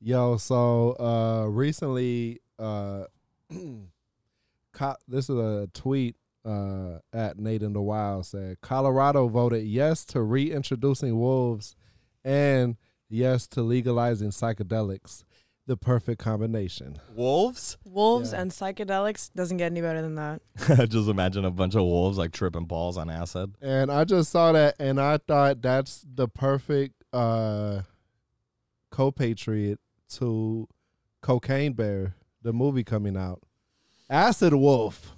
Speaker 1: Yo, so uh recently uh co- this is a tweet uh at Nathan the Wild said Colorado voted yes to reintroducing wolves and yes to legalizing psychedelics. The perfect combination.
Speaker 3: Wolves?
Speaker 7: Wolves
Speaker 1: Yeah.
Speaker 7: and psychedelics doesn't get any better than that.
Speaker 3: Just imagine a bunch of wolves like tripping balls on acid.
Speaker 1: And I just saw that and I thought that's the perfect uh co-patriot to Cocaine Bear, the movie coming out. Acid Wolf.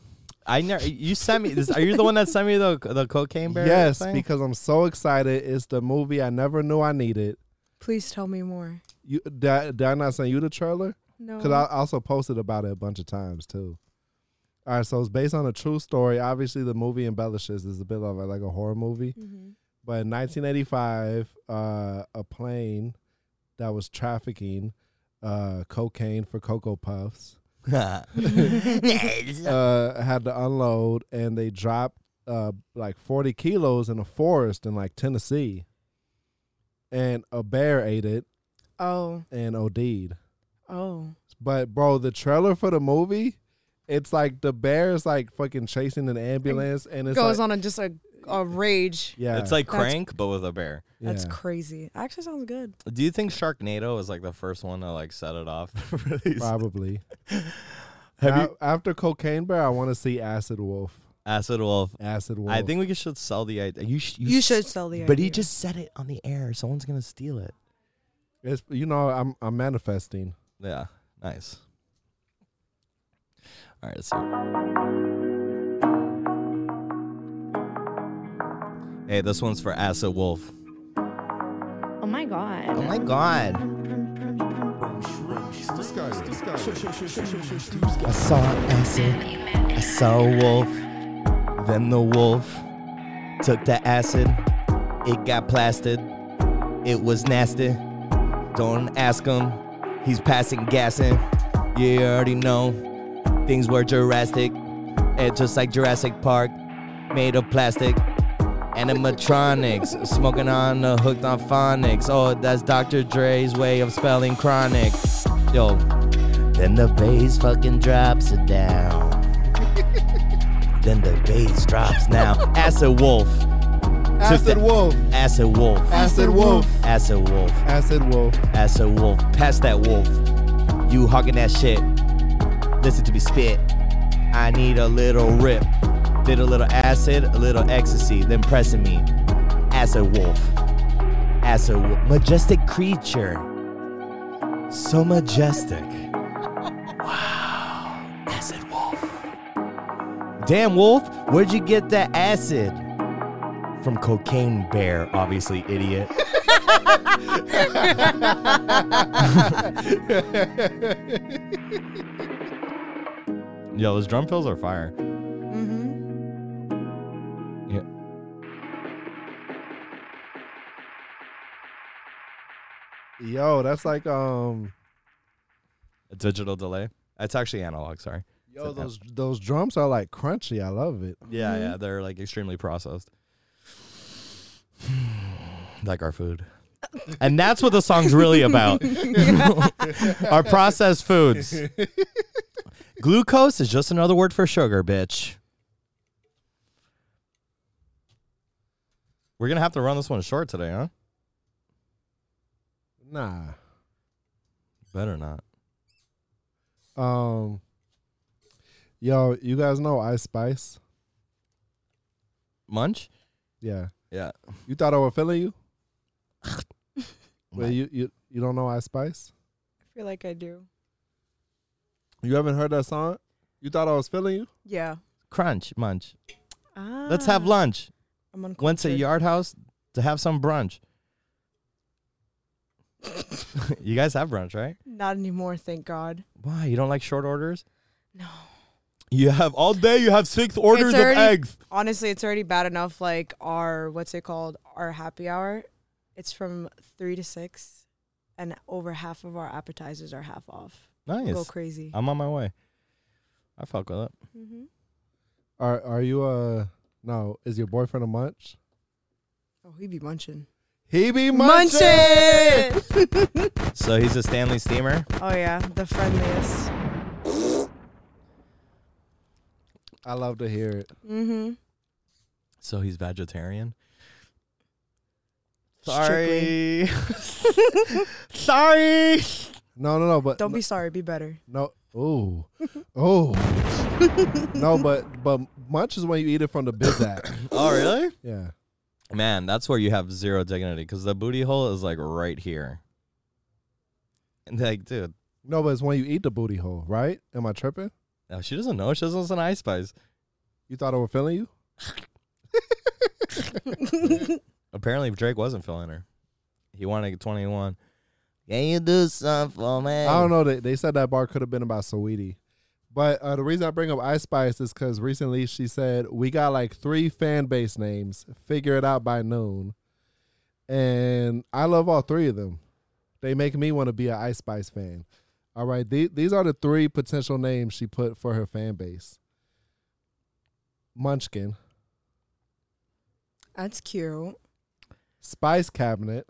Speaker 3: I never. You sent me. This, are you the one that sent me the the cocaine bear?
Speaker 1: Yes,
Speaker 3: thing?
Speaker 1: because I'm so excited. It's the movie I never knew I needed.
Speaker 7: Please tell me more.
Speaker 1: You did I, did I not send you the trailer?
Speaker 7: No.
Speaker 1: Because I also posted about it a bunch of times too. All right, so it's based on a true story. Obviously, the movie embellishes is a bit of a, like a horror movie. But in 1985, uh, a plane that was trafficking uh, cocaine for Cocoa Puffs uh, had to unload, and they dropped uh, like 40 kilos in a forest in like Tennessee. And a bear ate it
Speaker 7: oh,
Speaker 1: and OD'd.
Speaker 7: oh.
Speaker 1: But bro, the trailer for the movie, it's like the bear is like fucking chasing an ambulance, and it's
Speaker 7: Goes
Speaker 1: like,
Speaker 7: on a, just a, a rage.
Speaker 1: Yeah,
Speaker 3: It's like
Speaker 7: That's-
Speaker 3: crank, but with a bear.
Speaker 7: That's
Speaker 1: yeah.
Speaker 7: crazy. Actually, sounds good.
Speaker 3: Do you think Sharknado was like the first one to like set it off? for these?
Speaker 1: probably.
Speaker 3: Have
Speaker 1: A-
Speaker 3: you-
Speaker 1: after Cocaine Bear, I want to see Acid Wolf.
Speaker 3: Acid Wolf.
Speaker 1: Acid Wolf.
Speaker 3: I think we should sell the idea. You, sh-
Speaker 7: You
Speaker 3: s-
Speaker 7: should sell the.
Speaker 3: But he
Speaker 7: idea.
Speaker 3: just said it on the air. Someone's gonna steal it.
Speaker 1: it's you know I'm I'm manifesting.
Speaker 3: Yeah. Nice. All right. So. Hey, this one's for Acid Wolf.
Speaker 2: Oh my god.
Speaker 3: Oh my god. I saw acid, I saw a wolf, then the wolf took the acid, it got plastered, it was nasty. Don't ask him, he's passing gassing. You already know, things were Jurassic, and just like Jurassic Park, made of plastic. Animatronics, smoking on the hooked on phonics. Oh, that's Dr. Dre's way of spelling chronic. Yo, then the bass fucking drops it down. then the bass drops now. Acid Wolf,
Speaker 1: Acid
Speaker 3: that-
Speaker 1: Wolf.
Speaker 3: Acid Wolf,
Speaker 1: Acid Wolf.
Speaker 3: Acid Wolf,
Speaker 1: Acid Wolf.
Speaker 3: Acid Wolf. Pass that wolf. You hawking that shit. Listen to me spit. I need a little rip. Did a little acid, a little ecstasy, then pressing me. Acid wolf. Acid wolf. Majestic creature. So majestic. Wow. Acid wolf. Damn wolf, where'd you get that acid? From cocaine bear, obviously, idiot. Yo, those drum fills are fire.
Speaker 7: Mm-hmm.
Speaker 3: Yeah.
Speaker 1: Yo, that's like um
Speaker 3: A digital delay. It's actually analog, sorry.
Speaker 1: yo, those those drums are like crunchy. I love it.
Speaker 3: Yeah, yeah, they're like extremely processed. like our food. And that's what the song's really about. our processed foods. Glucose is just another word for sugar, bitch. We're going to have to run this one short today, huh?
Speaker 1: Nah.
Speaker 3: Better not.
Speaker 1: Um Yo, you guys know Ice Spice?
Speaker 3: Munch?
Speaker 1: Yeah.
Speaker 3: Yeah.
Speaker 1: You thought I was feeling you? Well, you, you you don't know Ice Spice?
Speaker 7: I feel like I do.
Speaker 1: You haven't heard that song? You thought I was feeling you?
Speaker 7: Yeah.
Speaker 3: Crunch, munch.
Speaker 7: Ah,
Speaker 3: Let's have lunch.
Speaker 7: I'm uncultured.
Speaker 3: Went to Yard House to have some brunch. you guys have brunch, right?
Speaker 7: Not anymore, thank God.
Speaker 3: Why? You don't like short orders?
Speaker 7: No.
Speaker 3: You have all day, you have six orders
Speaker 7: It's already-
Speaker 3: of eggs.
Speaker 7: Honestly, it's already bad enough. Like our what's it called? Our happy hour. It's from three to six, and over half of our appetizers are half off. Go
Speaker 3: Nice. Uh,
Speaker 7: crazy.
Speaker 3: I'm on my way. I fuck with it.
Speaker 7: hmm
Speaker 1: Are are you uh no, is your boyfriend a munch?
Speaker 7: Oh, he be munching.
Speaker 1: He be munching.
Speaker 7: Munching.
Speaker 3: So he's a Stanley Steamer.
Speaker 7: oh yeah, the friendliest.
Speaker 1: I love to hear it.
Speaker 7: Mm-hmm.
Speaker 3: So he's vegetarian.
Speaker 7: Strictly.
Speaker 3: Sorry. Sorry.
Speaker 1: No, no, no, but
Speaker 7: Don't be sorry. Be better.
Speaker 1: No. Ooh. Oh. no, but but munch is when you eat it from the bizzack.
Speaker 3: Oh, really?
Speaker 1: yeah.
Speaker 3: Man, that's where you have zero dignity because the booty hole is like right here. And like, dude,
Speaker 1: No, but it's when you eat the booty hole, right? Am I tripping?
Speaker 3: no, she doesn't know. She doesn't listen to Ice Spice.
Speaker 1: You thought I was feeling you?
Speaker 3: Apparently, Drake wasn't feeling her. He wanted to get 21. Can you do something for me?
Speaker 1: I don't know. They, they said that bar could have been about Saweetie. But uh, the reason I bring up Ice Spice is because recently she said, We got like three fan base names. Figure it out by noon. And I love all three of them. They make me want to be an Ice Spice fan. All right. The, these are the three potential names she put for her fan base Munchkin,
Speaker 7: That's cute.
Speaker 1: Spice Cabinet,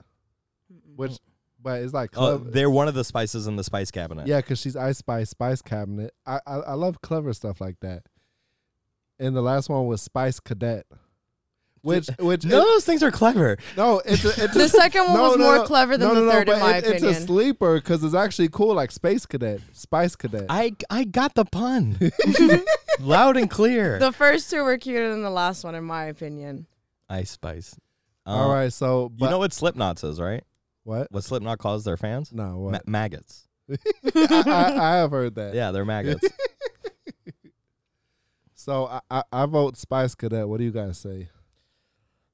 Speaker 1: which, but it's like,
Speaker 3: Oh,
Speaker 1: clever.
Speaker 3: they're one of the spices in the spice cabinet.
Speaker 1: Yeah, because she's Ice Spice, Spice Cabinet. I, I I love clever stuff like that. And the last one was Spice Cadet, which which
Speaker 3: None of those things are clever.
Speaker 1: no, it's a, it's
Speaker 7: The
Speaker 1: a-
Speaker 7: second one
Speaker 1: no,
Speaker 7: was
Speaker 1: no,
Speaker 7: more
Speaker 1: no.
Speaker 7: clever than
Speaker 1: No,
Speaker 7: the
Speaker 1: no, no,
Speaker 7: third, in
Speaker 1: but
Speaker 7: my
Speaker 1: it-
Speaker 7: opinion.
Speaker 1: It's a sleeper because it's actually cool, like Space Cadet, Spice Cadet.
Speaker 3: I I got the pun. Loud and clear.
Speaker 7: the first two were cuter than the last one, in my opinion.
Speaker 3: Ice spice. Uh,
Speaker 1: All right, so
Speaker 3: um, You
Speaker 1: but
Speaker 3: know what Slipknot says, right?
Speaker 1: what?
Speaker 3: What Slipknot calls their fans?
Speaker 1: No,
Speaker 3: Ma-
Speaker 1: what?
Speaker 3: maggots.
Speaker 1: I, I, I have heard that.
Speaker 3: Yeah, they're maggots.
Speaker 1: So I, I I vote Spice Cadet. What do you guys say?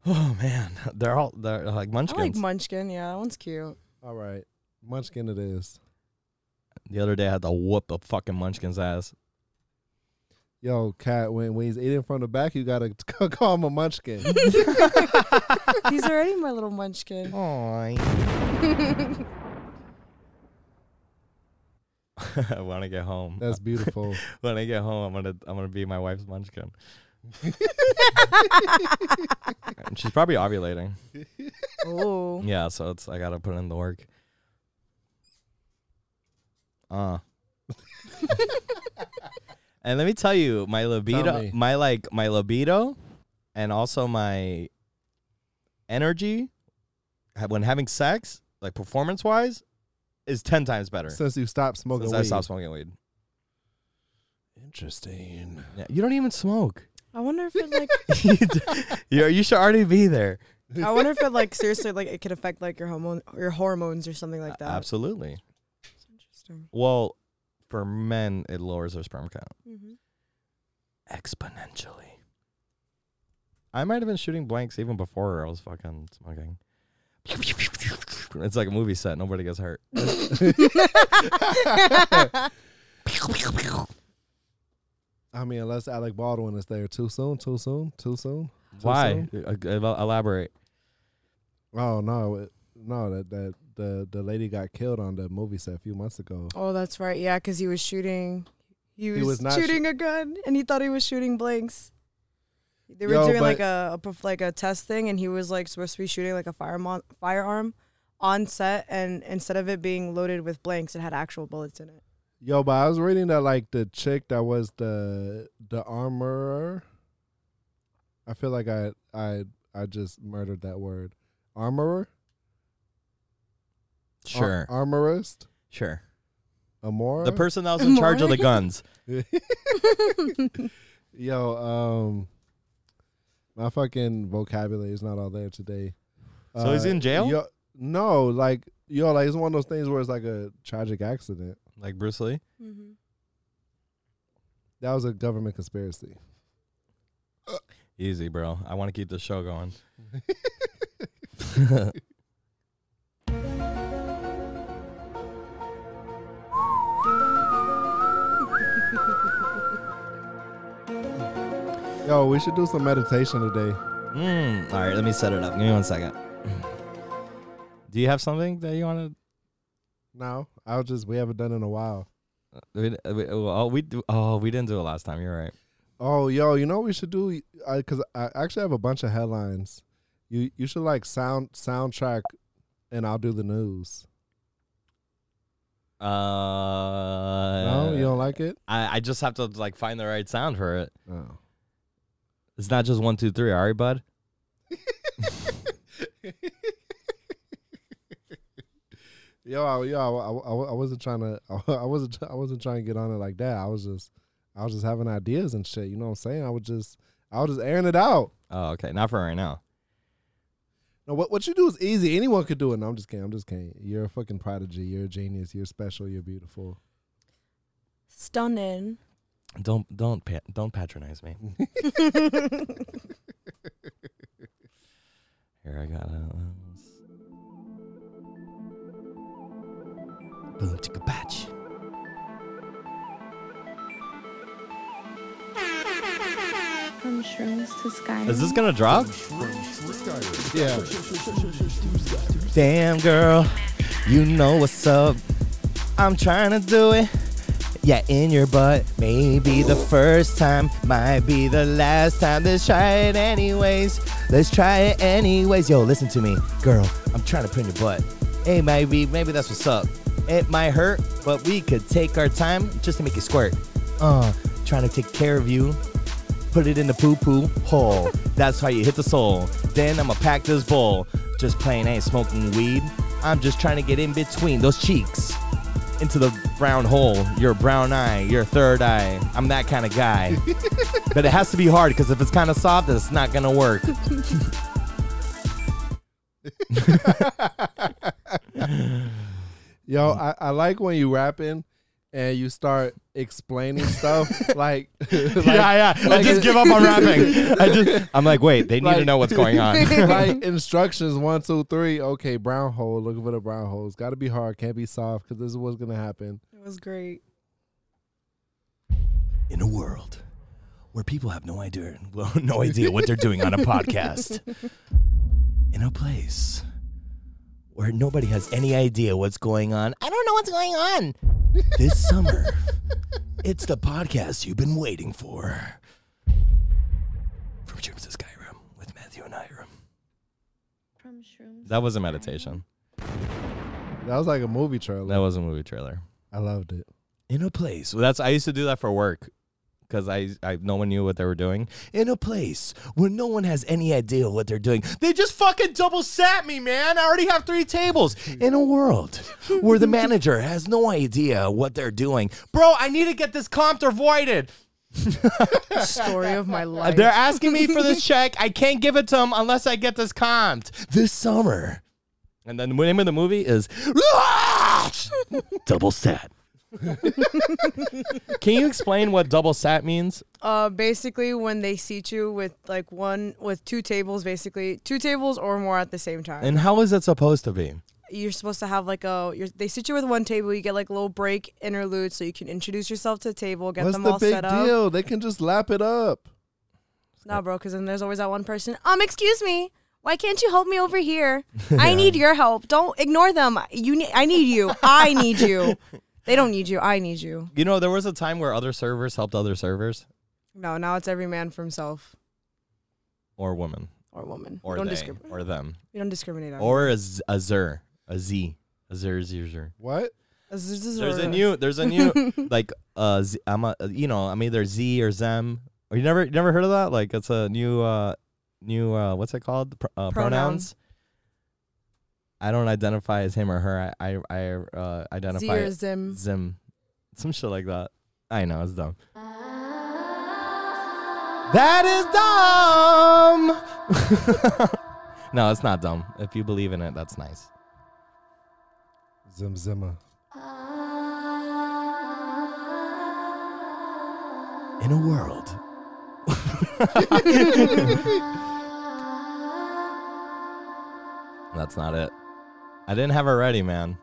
Speaker 3: oh man, they're all they're like
Speaker 7: I
Speaker 3: munchkins.
Speaker 7: like Munchkin. Yeah, that one's cute.
Speaker 1: All right, Munchkin it is.
Speaker 3: the other day I had to whoop a fucking munchkin's ass.
Speaker 1: Yo, cat, when, when he's eating from the back, you gotta call him a munchkin.
Speaker 7: He's already my little munchkin.
Speaker 3: I want to get home.
Speaker 1: That's beautiful.
Speaker 3: when I get home, I'm gonna I'm gonna be my wife's munchkin. And She's probably ovulating.
Speaker 7: Oh.
Speaker 3: Yeah, so it's I gotta put in the work. Uh. and let me tell you, my libido,
Speaker 1: me.
Speaker 3: my like my libido, and also my energy ha- when having sex, like performance wise, is ten times better
Speaker 1: Since you stopped smoking
Speaker 3: since
Speaker 1: weed.
Speaker 3: I stopped smoking weed.
Speaker 1: Interesting.
Speaker 3: Yeah, you don't even smoke.
Speaker 7: I wonder if it like
Speaker 3: you you should already be there.
Speaker 7: I wonder if it like seriously like it could affect like your hormone your hormones or something like that.
Speaker 3: Absolutely.
Speaker 7: It's interesting.
Speaker 3: Well, for men, it lowers their sperm count.
Speaker 7: Mhm.
Speaker 3: exponentially. I might have been shooting blanks even before I was fucking smoking. It's like a movie set. Nobody gets hurt.
Speaker 1: I mean, unless Alec Baldwin is there too soon, too soon, too soon. too
Speaker 3: Why?
Speaker 1: soon?
Speaker 3: Uh, el- Elaborate.
Speaker 1: Oh no, it, no, that that the the lady got killed on the movie set a few months ago.
Speaker 7: Oh, that's right. Yeah, because he was shooting. He was,
Speaker 1: was not shoo-
Speaker 7: shooting a gun, and he thought he was shooting blanks. They were
Speaker 1: Yo,
Speaker 7: doing
Speaker 1: but-
Speaker 7: like a, a perf- like a test thing, and he was like supposed to be shooting like a firearm firearm on set, and instead of it being loaded with blanks, it had actual bullets in it.
Speaker 1: Yo, but I was reading that like the chick that was the the armorer. I feel like I I I just murdered that word. Armorer? Ar-
Speaker 3: Sure.
Speaker 1: armorist?
Speaker 3: sure.
Speaker 1: Amora?
Speaker 3: The person that was in charge of the
Speaker 7: More?
Speaker 3: guns.
Speaker 1: Yo, um my fucking vocabulary is not all there today. Uh,
Speaker 3: So he's in jail?
Speaker 1: Yo, no, like yo, like it's one of those things where it's like a tragic accident.
Speaker 3: Like Bruce Lee.
Speaker 1: That was a government conspiracy.
Speaker 3: Easy, bro. I want to keep the show going.
Speaker 1: Yo, we should do some meditation today.
Speaker 3: Mm. All right, let me set it up. Give me one second. Do you have something that you want
Speaker 1: No, I was just we haven't done it in a while.
Speaker 3: to? We, we, oh, we do, oh, we didn't do it last time. You're right.
Speaker 1: Oh, yo, you know what we should do? I Cause I actually have a bunch of headlines. You you should like sound soundtrack, and I'll do the news.
Speaker 3: Uh,
Speaker 1: no, you don't like it?
Speaker 3: I, I just have to like find the right sound for it.
Speaker 1: Oh.
Speaker 3: It's not just one, two, three. All right, bud.
Speaker 1: Yo, I, yo, I, I, I wasn't trying to. I wasn't. I wasn't trying to get on it like that. I was just. I was just having ideas and shit. You know what I'm saying? I was just. I was just airing it out.
Speaker 3: Oh, okay. Not for right now.
Speaker 1: No, what what you do is easy. Anyone could do it. No, I'm just kidding. I'm just kidding. You're a fucking prodigy. You're a genius. You're special. You're beautiful.
Speaker 7: Stunning.
Speaker 3: Don't don't pa- don't patronize me. Here I got um, it. Boom chicka patch.
Speaker 2: From shrooms to sky.
Speaker 3: Is this gonna drop?
Speaker 1: Yeah.
Speaker 3: Damn girl, you know what's up. I'm trying to do it. Yeah, in your butt. Maybe the first time, might be the last time. Let's try it anyways. Let's try it anyways. Yo, listen to me, girl. I'm trying to put in your butt. Hey, maybe, maybe that's what's up. It might hurt, but we could take our time just to make it squirt. Uh, trying to take care of you. Put it in the poo poo hole. That's how you hit the soul. Then I'ma pack this bowl. Just plain ain't smoking weed. I'm just trying to get in between those cheeks into the brown hole, your brown eye, your third eye. I'm that kind of guy. but it has to be hard because if it's kind of soft, it's not going to work.
Speaker 1: Yo, I, I like when you rapping and you start explaining stuff like, like-
Speaker 3: yeah, yeah. I just give up on rapping. I just, I'm like, wait, they need to
Speaker 1: Like-
Speaker 3: know what's going on.
Speaker 1: like instructions one, two, three. Okay, brown hole, looking for the brown hole. It's gotta be hard, can't be soft, cause this is what's gonna happen.
Speaker 7: It was great.
Speaker 3: in a world where people have no idea no idea what they're doing on a podcast in a place where nobody has any idea what's going on i don't know what's going on this summer it's the podcast you've been waiting for From Shrooms to Skyrim with Matthew and Hiram.
Speaker 2: From shrooms.
Speaker 3: That was a
Speaker 2: to Skyrim.
Speaker 3: meditation.
Speaker 1: That was like a movie trailer.
Speaker 3: That was a movie trailer.
Speaker 1: I loved it.
Speaker 3: In a place. Well, that's I used to do that for work because I, I no one knew what they were doing. In a place where no one has any idea what they're doing. They just fucking double sat me, man. I already have three tables. In a world where the manager has no idea what they're doing. Bro, I need to get this compter voided.
Speaker 7: Story of my life.
Speaker 3: They're asking me for this check. I can't give it to them unless I get this comped this summer. And then the name of the movie is Double Sat. Can you explain what double sat means?
Speaker 7: Uh, basically, when they seat you with like one with two tables, basically two tables or more at the same time.
Speaker 3: And how is it supposed to be?
Speaker 7: you're supposed to have like a you're, they sit you with one table you get like a little break interlude so you can introduce yourself to the table get
Speaker 1: What's
Speaker 7: them
Speaker 1: the
Speaker 7: all
Speaker 1: big
Speaker 7: set up
Speaker 1: deal? They can just lap it up.
Speaker 7: nah bro because then there's always that one person um excuse me why can't you help me over here i need your help don't ignore them you need i need you i need you they don't need you i need you
Speaker 3: You know, there was a time where other servers helped other servers
Speaker 7: no now it's every man for himself
Speaker 3: or women
Speaker 7: or woman
Speaker 3: or
Speaker 7: we don't
Speaker 3: they
Speaker 7: discriminate
Speaker 3: or them
Speaker 7: we don't discriminate on
Speaker 3: or a, z- a zer a z a zer zer zer.
Speaker 1: What?
Speaker 3: There's a new there's a new like uh z- I'm a you know I'm either Z or Zem. Or you never you never heard of that? Like it's a new uh new uh what's it called? Pr- uh,
Speaker 7: Pronoun.
Speaker 3: pronouns. I don't identify as him or her. I I, I uh, identify as
Speaker 7: Zim.
Speaker 3: Zim, some shit like that. I know it's dumb. That is dumb. no, it's not dumb. If you believe in it, that's nice.
Speaker 1: Zim Zimmer.
Speaker 3: in a world. That's not it. I didn't have it ready, man.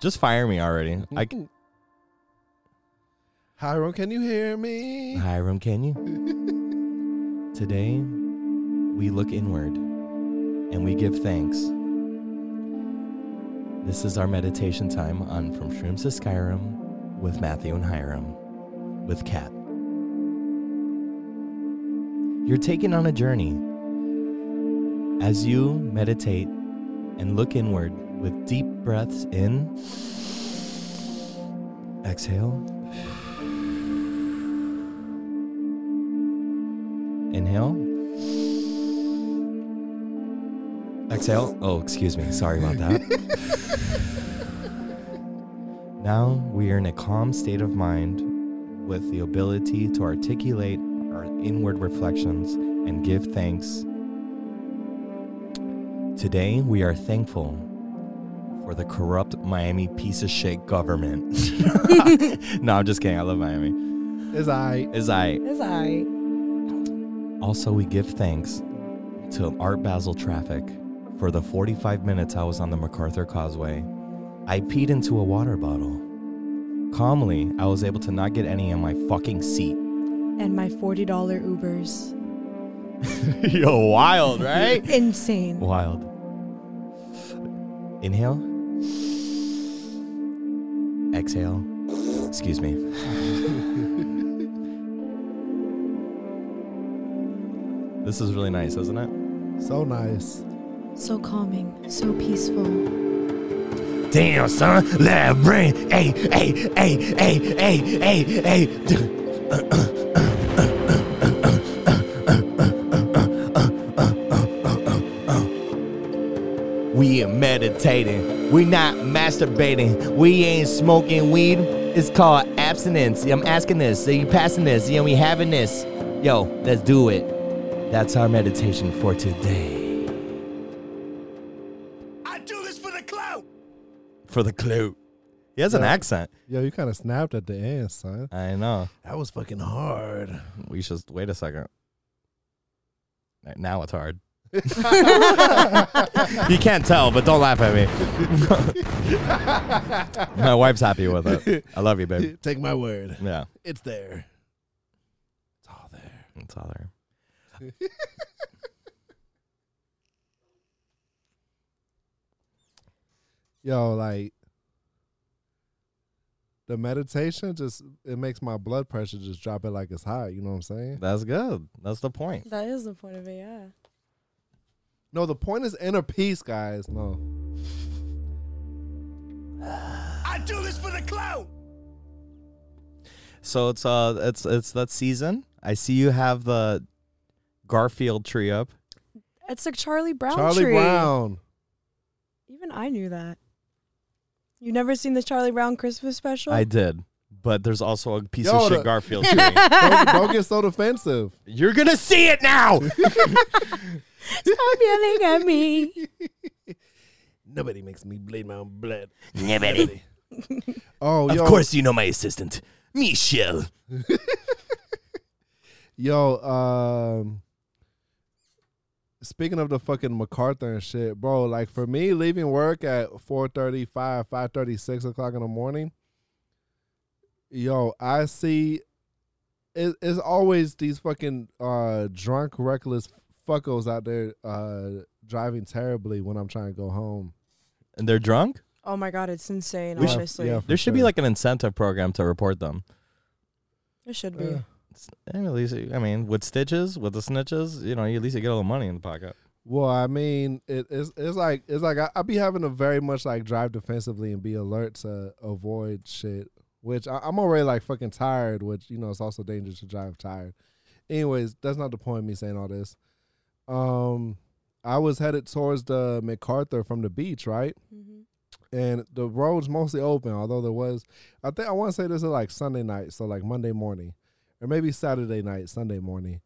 Speaker 3: Just fire me already. I c-
Speaker 1: Hiram, can you hear me?
Speaker 3: Hiram, can you? Today, we look inward and we give thanks. This is our meditation time on From Shrooms to Skyrim with Matthew and Hiram with Kat. You're taken on a journey. As you meditate and look inward with deep breaths in, exhale. Inhale. Exhale. Oh, excuse me. Sorry about that. now we are in a calm state of mind with the ability to articulate our inward reflections and give thanks. Today we are thankful for the corrupt Miami piece of shit government. no, I'm just kidding. I love Miami.
Speaker 1: It's all right.
Speaker 3: Is I
Speaker 7: It's alright.
Speaker 3: also, we give thanks to Art Basel Traffic for the 45 minutes I was on the MacArthur Causeway. I peed into a water bottle. Calmly, I was able to not get any on my fucking seat.
Speaker 7: And my forty dollar Ubers.
Speaker 3: Yo, wild, right?
Speaker 7: Insane.
Speaker 3: wild. Inhale. Exhale. Excuse me. this is really nice, isn't it?
Speaker 1: So nice.
Speaker 2: So calming, so peaceful.
Speaker 3: Damn, son. Left brain. Hey, hey, hey, hey, hey, hey, hey. We are meditating. We not masturbating. We ain't smoking weed. It's called abstinence. I'm asking this. Are you passing this? Yeah, we having this. Yo, let's do it. That's our meditation for today.
Speaker 5: I do this for the clout.
Speaker 3: For the clue. He has an accent.
Speaker 1: Yo, you kind of snapped at the end, son.
Speaker 3: I know.
Speaker 1: That was fucking hard.
Speaker 3: We should wait a second. Right, Now it's hard. you can't tell, but don't laugh at me. My wife's happy with it. I love you, babe.
Speaker 1: Take my word.
Speaker 3: Yeah,
Speaker 1: It's there. It's all there.
Speaker 3: it's all there.
Speaker 1: Yo, like the meditation just it makes my blood pressure just drop it like it's hot. You know what I'm saying?
Speaker 3: That's good. That's the point.
Speaker 7: That is the point of it, yeah.
Speaker 1: No, the point is inner peace, guys. No,
Speaker 5: I do this for the clout.
Speaker 3: So it's uh it's it's that season. I see you have the Garfield tree up.
Speaker 7: It's like Charlie Brown
Speaker 1: Charlie
Speaker 7: tree.
Speaker 1: Brown.
Speaker 7: Even I knew that. You never seen the Charlie Brown Christmas special?
Speaker 3: I did. But there's also a piece
Speaker 1: Oh. Yo,
Speaker 3: of shit
Speaker 1: the-
Speaker 3: Garfield tree.
Speaker 1: Don't, don't get so defensive.
Speaker 3: You're gonna see it now.
Speaker 7: Stop yelling at me.
Speaker 1: Nobody makes me bleed my own blood.
Speaker 3: of
Speaker 1: Oh, yo,
Speaker 3: course, you know my assistant, Michelle.
Speaker 1: yo. Um, speaking of the fucking MacArthur and shit, bro. Like for me, leaving work at 4:35, 5:30, 6 o'clock in the morning. Yo, I see. It, it's always these fucking uh drunk, reckless fuckos out there uh driving terribly when I'm trying to go home.
Speaker 3: And they're drunk.
Speaker 7: Oh my god, it's insane,
Speaker 3: We should-
Speaker 7: honestly.
Speaker 1: yeah, For
Speaker 3: There should be
Speaker 1: sure.
Speaker 3: like an incentive program to report them.
Speaker 7: It should be.
Speaker 3: Uh.
Speaker 1: Yeah.
Speaker 3: It's- and at least, I mean, with stitches, with the snitches, you know, you at least you get a little money in the pocket.
Speaker 1: Well, I mean, it, it's it's like it's like I, I be having to very much like drive defensively and be alert to avoid shit, which I, I'm already like fucking tired, which you know it's also dangerous to drive tired. Anyways, that's not the point of me saying all this. Um, I was headed towards the MacArthur from the beach, right?
Speaker 7: Mhm.
Speaker 1: And the roads mostly open, although there was, I think I want to say this is like Sunday night, so like Monday morning, or maybe Saturday night, Sunday morning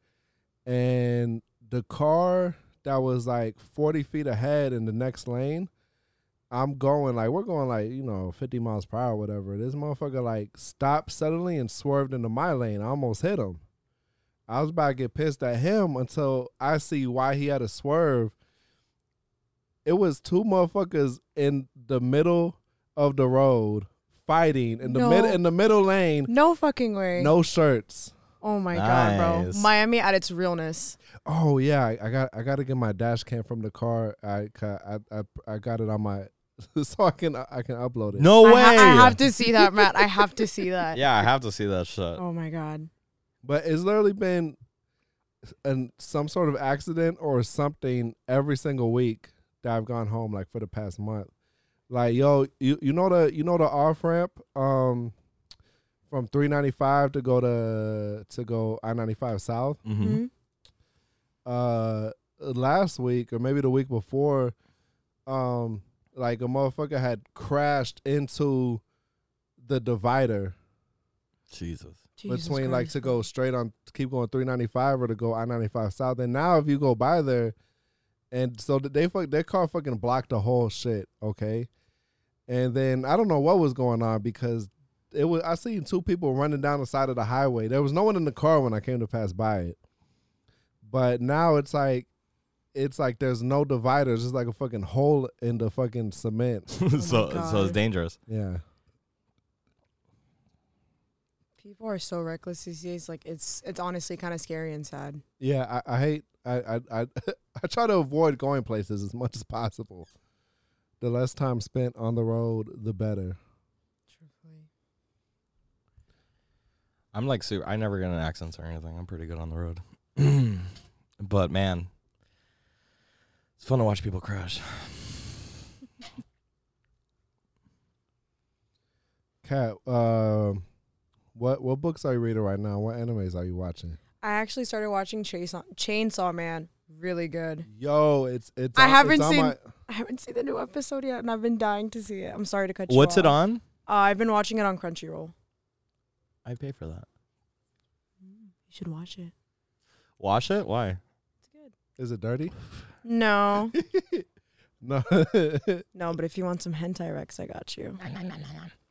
Speaker 1: and the car that was like 40 feet ahead in the next lane i'm going like we're going like you know 50 miles per hour whatever this motherfucker like stopped suddenly and swerved into my lane i almost hit him i was about to get pissed at him until i see why he had to swerve it was two motherfuckers in the middle of the road fighting in the
Speaker 7: No.
Speaker 1: mid in the middle lane
Speaker 7: No fucking way.
Speaker 1: no shirts
Speaker 7: Oh my god,
Speaker 3: Nice.
Speaker 7: bro. Miami at its realness.
Speaker 1: Oh yeah, I, I got I got to get my dash cam from the car. I ca- I I, I got it on my so I can I can upload it.
Speaker 3: No
Speaker 7: I,
Speaker 3: way.
Speaker 7: ha- I have to see that, Matt. I have to see that.
Speaker 3: Yeah, I have to see that shit.
Speaker 7: Oh my god.
Speaker 1: but it's literally been an some sort of accident or something every single week that I've gone home like for the past month. Like yo, you you know the you know the off ramp um from 395 to go to to go I-95 south.
Speaker 3: hmm
Speaker 7: Mhm.
Speaker 1: uh last week or maybe the week before um like a motherfucker had crashed into the divider
Speaker 3: Jesus.
Speaker 7: Jesus
Speaker 1: between like
Speaker 7: Christ.
Speaker 1: to go straight on to keep going 395 or to go I-95 south and now if you go by there and so th- they fuck their car fucking blocked the whole shit okay and then I don't know what was going on because it was I seen two people running down the side of the highway there was no one in the car when I came to pass by it but now it's like it's like there's no dividers it's like a fucking hole in the fucking cement
Speaker 3: so, so it's
Speaker 7: God.
Speaker 3: dangerous.
Speaker 1: yeah
Speaker 7: People are so reckless these days. Like it's it's honestly kind of scary and sad.
Speaker 1: Yeah, I, I hate. I I I, I try to avoid going places as much as possible. The less time spent on the road, the better.
Speaker 7: Truthfully.
Speaker 3: I'm like super. I never get in accidents or anything. I'm pretty good on the road. but man, it's fun to watch people crash.
Speaker 1: Cat, um, what what books are you reading right now? What animes are you watching?
Speaker 7: I actually started watching Chainsaw, Chainsaw Man. Really good.
Speaker 1: Yo, it's it's.
Speaker 7: I
Speaker 1: on- it's
Speaker 7: haven't
Speaker 1: on
Speaker 7: seen-
Speaker 1: my-
Speaker 7: I haven't seen the new episode yet, and I've been dying to see it. I'm sorry to cut you
Speaker 3: What's it
Speaker 7: off.
Speaker 3: on?
Speaker 7: Uh, I've been watching it on Crunchyroll.
Speaker 3: I pay for that.
Speaker 7: You should watch it.
Speaker 3: Wash it? Why?
Speaker 7: It's good.
Speaker 1: is it dirty?
Speaker 7: No,
Speaker 1: no.
Speaker 7: no, but if you want some hentai Rex, I got you.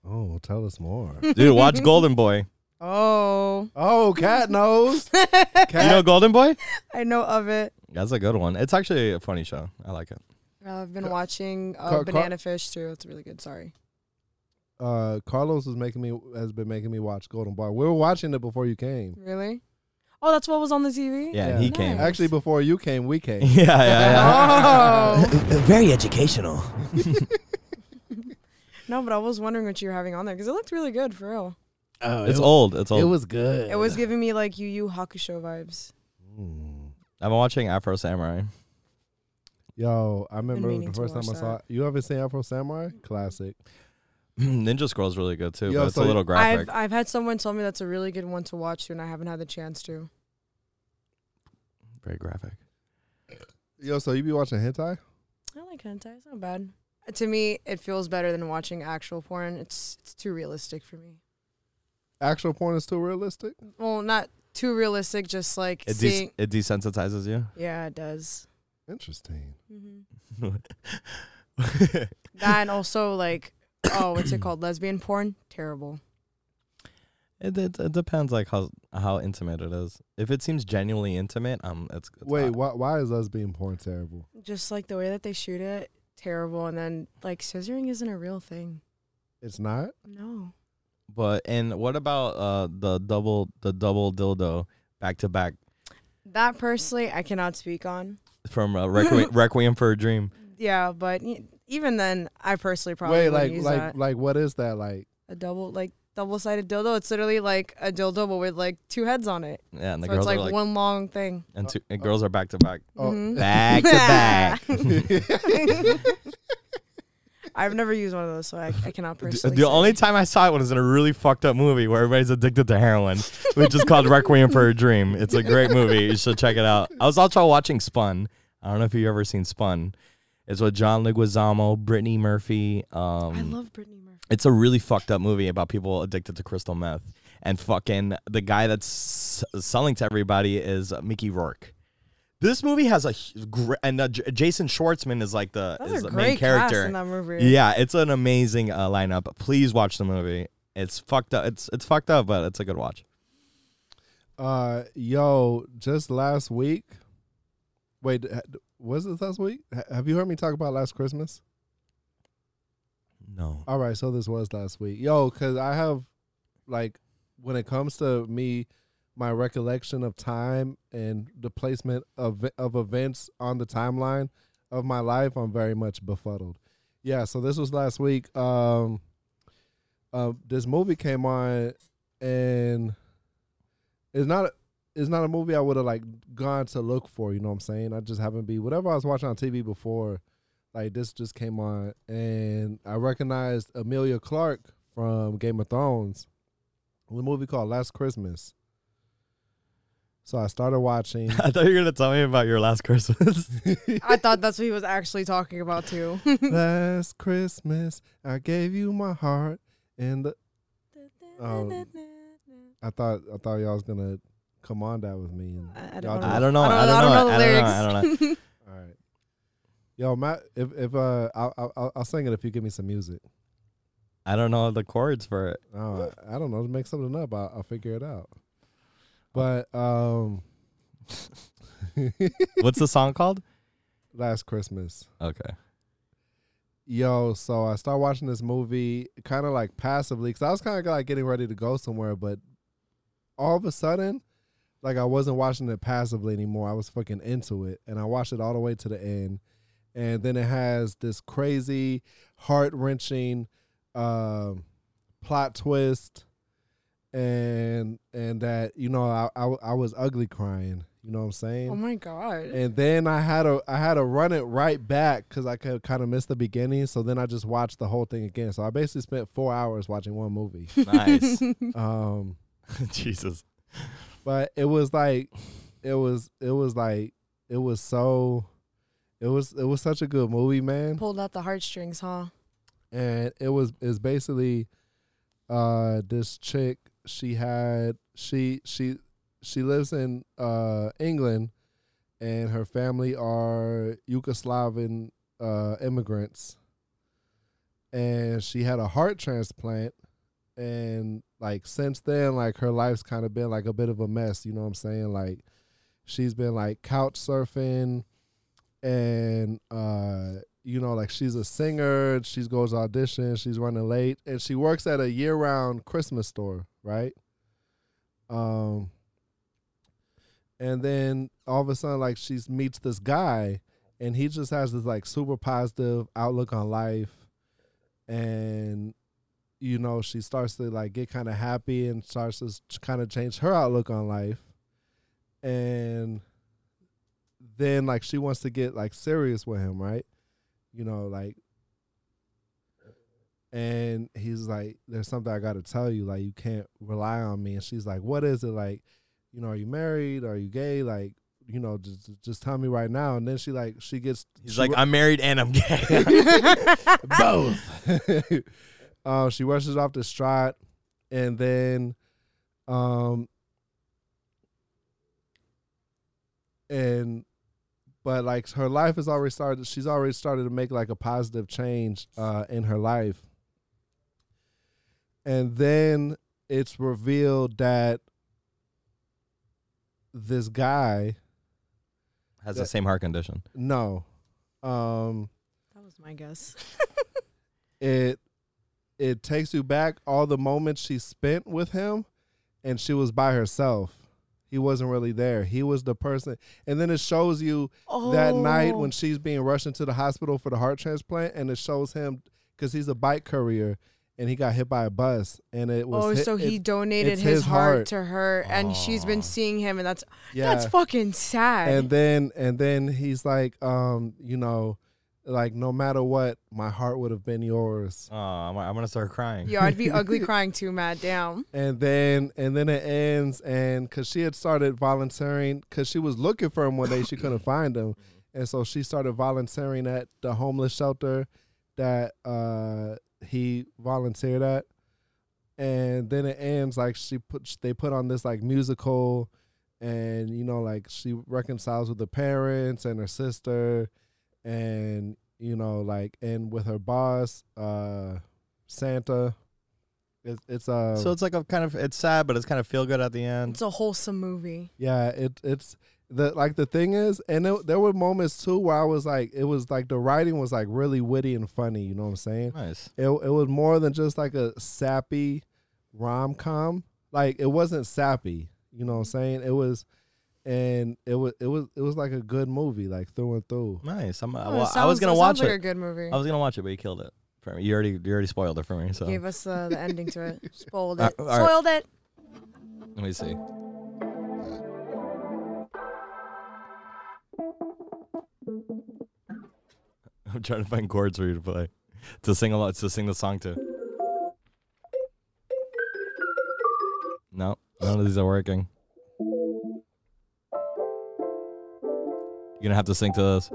Speaker 1: oh, tell us more.
Speaker 3: Dude, watch Golden Boy.
Speaker 7: Oh,
Speaker 1: oh, cat knows.
Speaker 3: You know Golden Boy?
Speaker 7: I know of it.
Speaker 3: That's a good one. It's actually a funny show. I like it.
Speaker 7: Uh, I've been watching uh,
Speaker 1: Car- car-
Speaker 7: Banana Fish too. It's really good. Sorry.
Speaker 1: Uh, Carlos was making me has been making me watch Golden Bar. We were watching it before you came.
Speaker 7: Really? Oh, that's what was on the TV.
Speaker 3: Yeah, and he came.
Speaker 7: Nice.
Speaker 1: Actually, before you came, we
Speaker 3: yeah,
Speaker 1: came.
Speaker 3: yeah, yeah.
Speaker 7: Oh.
Speaker 5: Very educational.
Speaker 7: No, but I was wondering what you were having on there because it looked really good for real.
Speaker 6: Oh,
Speaker 3: It's
Speaker 6: it,
Speaker 3: old. It's old.
Speaker 6: It was good.
Speaker 7: It was giving me like Yu Yu Hakusho vibes.
Speaker 1: Mm.
Speaker 3: I've been watching Afro Samurai.
Speaker 1: Yo, I remember
Speaker 7: meaning
Speaker 1: the
Speaker 7: to
Speaker 1: first time
Speaker 7: watch
Speaker 1: I saw it.
Speaker 7: that.
Speaker 1: You ever seen Afro Samurai? Classic.
Speaker 3: Ninja Scroll's really good too,
Speaker 1: Yo,
Speaker 3: but it's
Speaker 1: so
Speaker 3: a little graphic.
Speaker 7: I've I've had someone tell me that's a really good one to watch and I haven't had the chance to.
Speaker 3: Very graphic.
Speaker 1: Yo, so you be watching hentai?
Speaker 7: I like hentai. It's not bad. Uh, To me, it feels better than watching actual porn. It's it's too realistic for me.
Speaker 1: Actual porn is too realistic.
Speaker 7: Well, not too realistic. Just like
Speaker 3: It,
Speaker 7: seeing.
Speaker 3: des- it desensitizes you.
Speaker 7: yeah, it does.
Speaker 1: Interesting.
Speaker 7: Mm-hmm. That and also like, oh, what's it called? Lesbian porn. Terrible.
Speaker 3: It, it, it depends like how how intimate it is. If it seems genuinely intimate, um, it's, it's
Speaker 1: Wait,
Speaker 3: hot.
Speaker 1: why, why is lesbian porn terrible?
Speaker 7: Just like the way that they shoot it. Terrible. And then like scissoring isn't a real thing.
Speaker 1: It's not.
Speaker 7: No.
Speaker 3: But and what about uh the double the double dildo back to back
Speaker 7: That personally, I cannot speak on.
Speaker 3: from uh, Requiem, Requiem for a Dream?
Speaker 7: Yeah, but y- even then, I personally probably
Speaker 1: Wait,
Speaker 7: wouldn't
Speaker 1: like,
Speaker 7: use
Speaker 1: like,
Speaker 7: that.
Speaker 1: like, what is that? Like,
Speaker 7: a double like double sided dildo. It's literally like a dildo but with like two heads on it.
Speaker 3: Yeah, and the
Speaker 7: so
Speaker 3: girls
Speaker 7: it's like,
Speaker 3: are like
Speaker 7: one long thing.
Speaker 3: and, two, and girls are back to back,
Speaker 1: oh,
Speaker 7: Mhm.
Speaker 3: back to back.
Speaker 7: I've never used one of those, so I, I cannot
Speaker 3: D-
Speaker 7: personally.
Speaker 3: the
Speaker 7: say.
Speaker 3: only time I saw it was in a really fucked up movie where everybody's addicted to heroin, which is called Requiem for a Dream. It's a great movie. You should check it out. I was also watching Spun. I don't know if you've ever seen Spun. It's with John Leguizamo, Brittany Murphy. Um,
Speaker 7: I love Brittany Murphy.
Speaker 3: it's a really fucked up movie about people addicted to crystal meth. And fucking the guy that's s- selling to everybody is uh, Mickey Rourke. This movie has a hu- gr- and uh, J- Jason Schwartzman is like the
Speaker 7: That's
Speaker 3: is
Speaker 7: a
Speaker 3: the
Speaker 7: great
Speaker 3: main character.
Speaker 7: cast in that movie.
Speaker 3: Yeah, it's an amazing uh, lineup. Please watch the movie. It's fucked up. It's it's fucked up, but it's a good watch.
Speaker 1: uh, yo, just last week. Wait, ha- was it last week? Ha- Have you heard me talk about last Christmas?
Speaker 3: No.
Speaker 1: All right, so this was last week. Yo, cuz I have like when it comes to me my recollection of time and the placement of of events on the timeline of my life, I'm very much befuddled. Yeah, so this was last week. Um uh, this movie came on and it's not it's not a movie I would have like gone to look for, you know what I'm saying? I just haven't be whatever I was watching on TV before like this just came on and I recognized Amelia Clark from Game of Thrones with a movie called Last Christmas. So I started watching.
Speaker 3: I thought you were gonna tell me about your last Christmas.
Speaker 7: I thought that's what he was actually talking about too.
Speaker 1: Last Christmas, I gave you my heart, and the, Oh. I thought I thought y'all was gonna come on that with me. And,
Speaker 7: I- I
Speaker 1: y'all
Speaker 7: don't
Speaker 1: just-
Speaker 3: I don't know. I don't,
Speaker 7: I
Speaker 3: know.
Speaker 7: don't know
Speaker 3: I don't
Speaker 7: the
Speaker 3: know.
Speaker 7: lyrics.
Speaker 3: I don't know.
Speaker 1: All right, yo, Matt. If if uh, I'll, I'll I'll sing it if you give me some music.
Speaker 3: I don't know the chords for it.
Speaker 1: Oh, I, I don't know. Make something up. I'll, I'll figure it out. But um,
Speaker 3: What's the song called?
Speaker 1: last Christmas.
Speaker 3: Okay.
Speaker 1: Yo, so I started watching this movie kind of like passively because I was kind of like getting ready to go somewhere, but all of a sudden, like I wasn't watching it passively anymore. I was fucking into it, and I watched it all the way to the end. And then it has this crazy, heart wrenching um plot twist, and and that you know I, I I was ugly crying. You know what I'm saying?
Speaker 7: Oh my god.
Speaker 1: and then I had to I had to run it right back because I could kind of miss the beginning. So then I just watched the whole thing again. So I basically spent four hours watching one movie.
Speaker 3: Nice.
Speaker 1: um,
Speaker 3: Jesus.
Speaker 1: but it was like, it was it was like it was so, it was it was such a good movie, man.
Speaker 7: Pulled out the heartstrings, huh?
Speaker 1: and it was it's basically uh this chick she had she she she lives in uh England and her family are Yugoslavian uh immigrants and she had a heart transplant and like since then like her life's kind of been like a bit of a mess you know what I'm saying like she's been like couch surfing and uh you know, like she's a singer, she goes audition, she's running late, and she works at a year round Christmas store, right? Um and then all of a sudden like she meets this guy and he just has this like super positive outlook on life and you know she starts to like get kind of happy and starts to kind of change her outlook on life and then like she wants to get like serious with him right you know like and he's like there's something i gotta tell you like you can't rely on me and she's like what is it like you know are you married are you gay like you know just just tell me right now and then she like she gets
Speaker 3: He's
Speaker 1: she
Speaker 3: like,
Speaker 1: ru-
Speaker 3: I'm married and I'm gay. Both.
Speaker 1: uh, she rushes off the stride, and then, um, and but like her life has already started. She's already started to make like a positive change uh, in her life, and then it's revealed that this guy,
Speaker 3: Has
Speaker 1: Yeah.
Speaker 3: the same heart condition.
Speaker 1: no, um,
Speaker 7: That was my guess.
Speaker 1: it it takes you back all the moments she spent with him and she was by herself he wasn't really there he was the person and then it shows you
Speaker 7: Oh.
Speaker 1: that night when she's being rushed into the hospital for the heart transplant and it shows him because he's a bike courier and he got hit by a bus and it was
Speaker 7: Oh,
Speaker 1: hi-
Speaker 7: so he
Speaker 1: it-
Speaker 7: donated
Speaker 1: it's
Speaker 7: his,
Speaker 1: his
Speaker 7: heart,
Speaker 1: heart.
Speaker 7: to her, and she's been seeing him, and that's that's
Speaker 1: Yeah.
Speaker 7: fucking sad.
Speaker 1: and then and then he's like um you know like no matter what my heart would have been yours
Speaker 3: Oh, I'm, I'm gonna start crying.
Speaker 7: Yo, I'd be ugly crying too, Matt. Damn.
Speaker 1: and then and then it ends and because she had started volunteering because she was looking for him one day she couldn't find him and so she started volunteering at the homeless shelter that uh he volunteered at and then it ends like she put they put on this like musical and you know like she reconciles with the parents and her sister and you know like and with her boss uh santa it's it's uh
Speaker 3: So it's like a kind of it's sad, but it's kind of feel good at the end.
Speaker 7: It's a wholesome movie.
Speaker 1: Yeah, it it's the like the thing is, and there, there were moments too where I was like, it was like the writing was like really witty and funny. You know what I'm saying?
Speaker 3: Nice.
Speaker 1: It it was more than just like a sappy rom com. Like it wasn't sappy. You know what I'm saying? It was, and it was it was it was like a good movie, like through and through.
Speaker 3: Nice. I'm,
Speaker 7: Oh,
Speaker 3: Uh, well,
Speaker 7: it
Speaker 3: I was
Speaker 7: sounds-
Speaker 3: gonna
Speaker 7: it
Speaker 3: watch
Speaker 7: sounds like
Speaker 3: it.
Speaker 7: a good movie.
Speaker 3: I was gonna watch it, but you killed it for me. You already you already spoiled it for me. So
Speaker 7: Gave us uh, the, the ending to it. Spoiled
Speaker 3: Uh,
Speaker 7: it.
Speaker 3: all right.
Speaker 7: Spoiled it.
Speaker 3: let me see. I'm trying to find chords for you to play, to sing a lot, to sing the song to. No, none of these are working. You're gonna have to sing to this.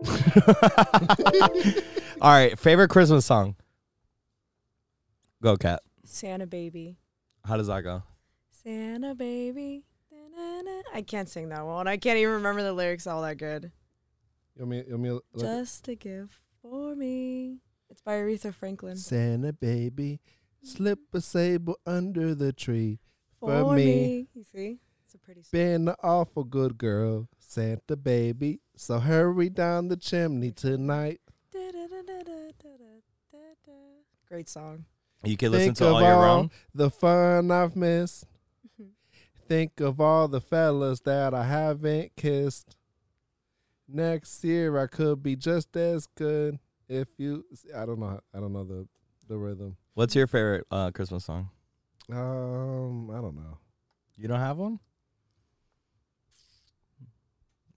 Speaker 3: All right, favorite Christmas song. Go, cat.
Speaker 7: Santa baby.
Speaker 3: How does that go?
Speaker 7: Santa baby. Da-na-na. I can't sing that one. I can't even remember the lyrics all that good.
Speaker 1: You know what I mean? You know what I mean? Like,
Speaker 7: Just a gift for me. It's by Aretha Franklin.
Speaker 1: Santa baby, slip a sable under the tree. For me.
Speaker 7: You see? It's a pretty song.
Speaker 1: Been an awful good girl, Santa baby. So hurry down the chimney tonight.
Speaker 7: Da-da-da-da-da-da-da-da. Great song.
Speaker 3: You can listen
Speaker 1: Think
Speaker 3: to all
Speaker 1: of
Speaker 3: year
Speaker 1: all
Speaker 3: round.
Speaker 1: the fun I've missed. Think of all the fellas that I haven't kissed. Next year I could be just as good if you. I don't know. I don't know the the rhythm.
Speaker 3: What's your favorite uh, Christmas song?
Speaker 1: Um, I don't know.
Speaker 3: You don't have one?